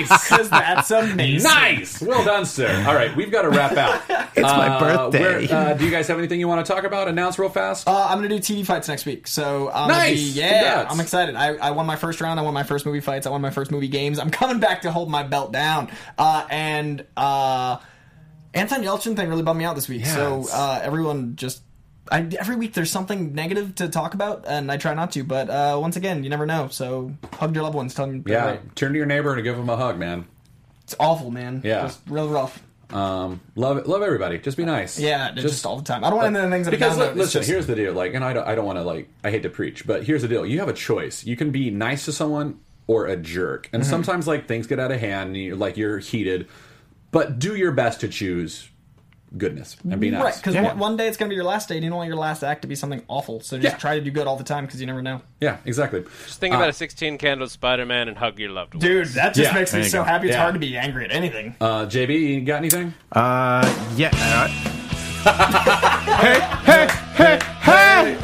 Speaker 2: <laughs> Nice,
Speaker 4: because that's amazing.
Speaker 2: nice. Well done, sir. All right, we've got to wrap
Speaker 5: <laughs>
Speaker 2: out.
Speaker 5: It's my
Speaker 2: Uh, where-
Speaker 5: birthday.
Speaker 2: uh, do you guys have anything you want to talk about? Announce real fast.
Speaker 4: Uh, I'm gonna do TV fights next week, so I'm
Speaker 2: Nice!
Speaker 4: gonna be, yeah,
Speaker 2: Congrats.
Speaker 4: I'm excited. I, I won my first round. I won my first movie fights. I won my first movie games. I'm coming back to hold my belt down. Uh, and uh, Anton Yelchin thing really bummed me out this week. so
Speaker 2: it's-
Speaker 4: uh, everyone just. I, every week there's something negative to talk about, and I try not to. But uh, once again, you never know. So hug your loved ones. Tell them they're
Speaker 2: yeah,
Speaker 4: great.
Speaker 2: turn to your neighbor and give him a hug, man.
Speaker 4: it's awful, man.
Speaker 2: Yeah.
Speaker 4: just real rough.
Speaker 2: Um, love, love everybody. Just be nice.
Speaker 4: Yeah, just, all the time. I don't want to end the things that
Speaker 2: because
Speaker 4: I've done,
Speaker 2: li-
Speaker 4: but it's
Speaker 2: listen,
Speaker 4: just-
Speaker 2: here's the deal. Like, and I don't, I don't want to like, I hate to preach, but here's the deal. You have a choice. You can be nice to someone or a jerk,
Speaker 4: Mm-hmm.
Speaker 2: and sometimes like things get out of hand, and you're like you're heated, but do your best to choose goodness and be nice.
Speaker 4: Right, because
Speaker 5: Yeah.
Speaker 4: one, one day it's going to be your last day, and you don't want your last act to be something awful. So just
Speaker 2: Yeah.
Speaker 4: try to do good all the time because you never know.
Speaker 2: Yeah, exactly.
Speaker 6: just think
Speaker 2: uh,
Speaker 6: about a 16 candles Spider-Man and hug your loved one.
Speaker 4: Dude, that just
Speaker 2: Yeah,
Speaker 4: makes me
Speaker 5: there you
Speaker 4: so
Speaker 5: go.
Speaker 4: happy. It's
Speaker 2: Yeah.
Speaker 4: hard to be angry at anything.
Speaker 2: Uh, JB, you got anything?
Speaker 5: Uh, yeah. uh, hey, hey, hey, hey!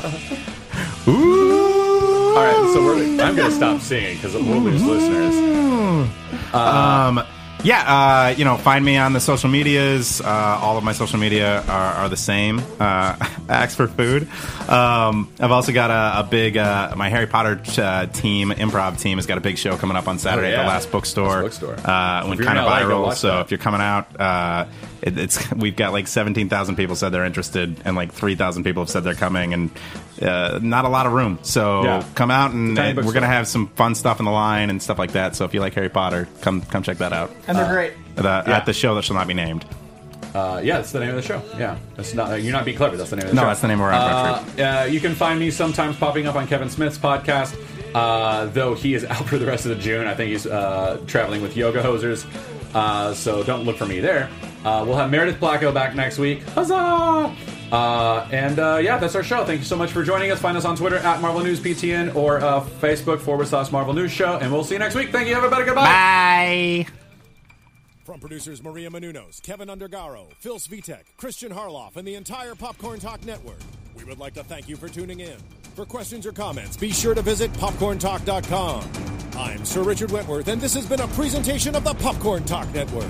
Speaker 5: Ooh.
Speaker 2: All right, so we're, I'm going to stop singing because we'll lose listeners.
Speaker 5: Um, yeah, uh, you know, find me on the social medias. Uh, all of my social media are, are the same. Uh, <laughs> ask for food. Um, I've also got a, a big, uh, my Harry Potter uh, team, improv team, has got a big show coming up on Saturday
Speaker 2: Oh,
Speaker 5: at
Speaker 2: yeah.
Speaker 5: the Last Bookstore.
Speaker 2: Last Bookstore.
Speaker 5: Uh,
Speaker 2: If
Speaker 5: went
Speaker 2: you're
Speaker 5: kind
Speaker 2: in
Speaker 5: of
Speaker 2: LA, go
Speaker 5: viral.
Speaker 2: watch
Speaker 5: So
Speaker 2: that.
Speaker 5: if you're coming out, uh, <laughs> it, it's we've got like 17,000 people said they're interested, and like 3,000 people have said they're coming, and uh, not a lot of room. So
Speaker 2: Yeah.
Speaker 5: come out and,
Speaker 2: Tiny
Speaker 5: and we're
Speaker 2: bookstore.
Speaker 5: gonna have some fun stuff in the line and stuff like that. So if you like Harry Potter, come come check that out.
Speaker 4: And they're
Speaker 2: uh,
Speaker 4: great.
Speaker 5: The,
Speaker 2: Yeah.
Speaker 5: At the show that shall not be named.
Speaker 2: Uh, yeah, that's the name of the show. Yeah, that's not you're not be clever. That's the name of the
Speaker 5: No,
Speaker 2: show.
Speaker 5: that's the name of our
Speaker 2: Uh,
Speaker 5: outro
Speaker 2: uh, you can find me sometimes popping up on Kevin Smith's podcast, uh, though he is <laughs> out for the rest of the June. I think he's uh, traveling with yoga hosers, uh, so don't look for me there. Uh, we'll have Meredith Blacko back next week. Huzzah! Uh, and uh, yeah, that's our show. Thank you so much for joining us. Find us on Twitter at Marvel News PTN or uh, Facebook forward slash Marvel News Show, and we'll see you next week. Thank you, everybody. Goodbye.
Speaker 5: Bye.
Speaker 3: From producers Maria Menunos, Kevin Undergaro, Phil Svitek, Christian Harloff, and the entire Popcorn Talk Network, we would like to thank you for tuning in. For questions or comments, be sure to visit popcorntalk.com. I'm Sir Richard Wentworth, and this has been a presentation of the Popcorn Talk Network.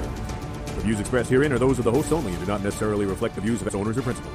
Speaker 9: The views expressed herein are those of the hosts only and do not necessarily reflect the views of its owners or principals.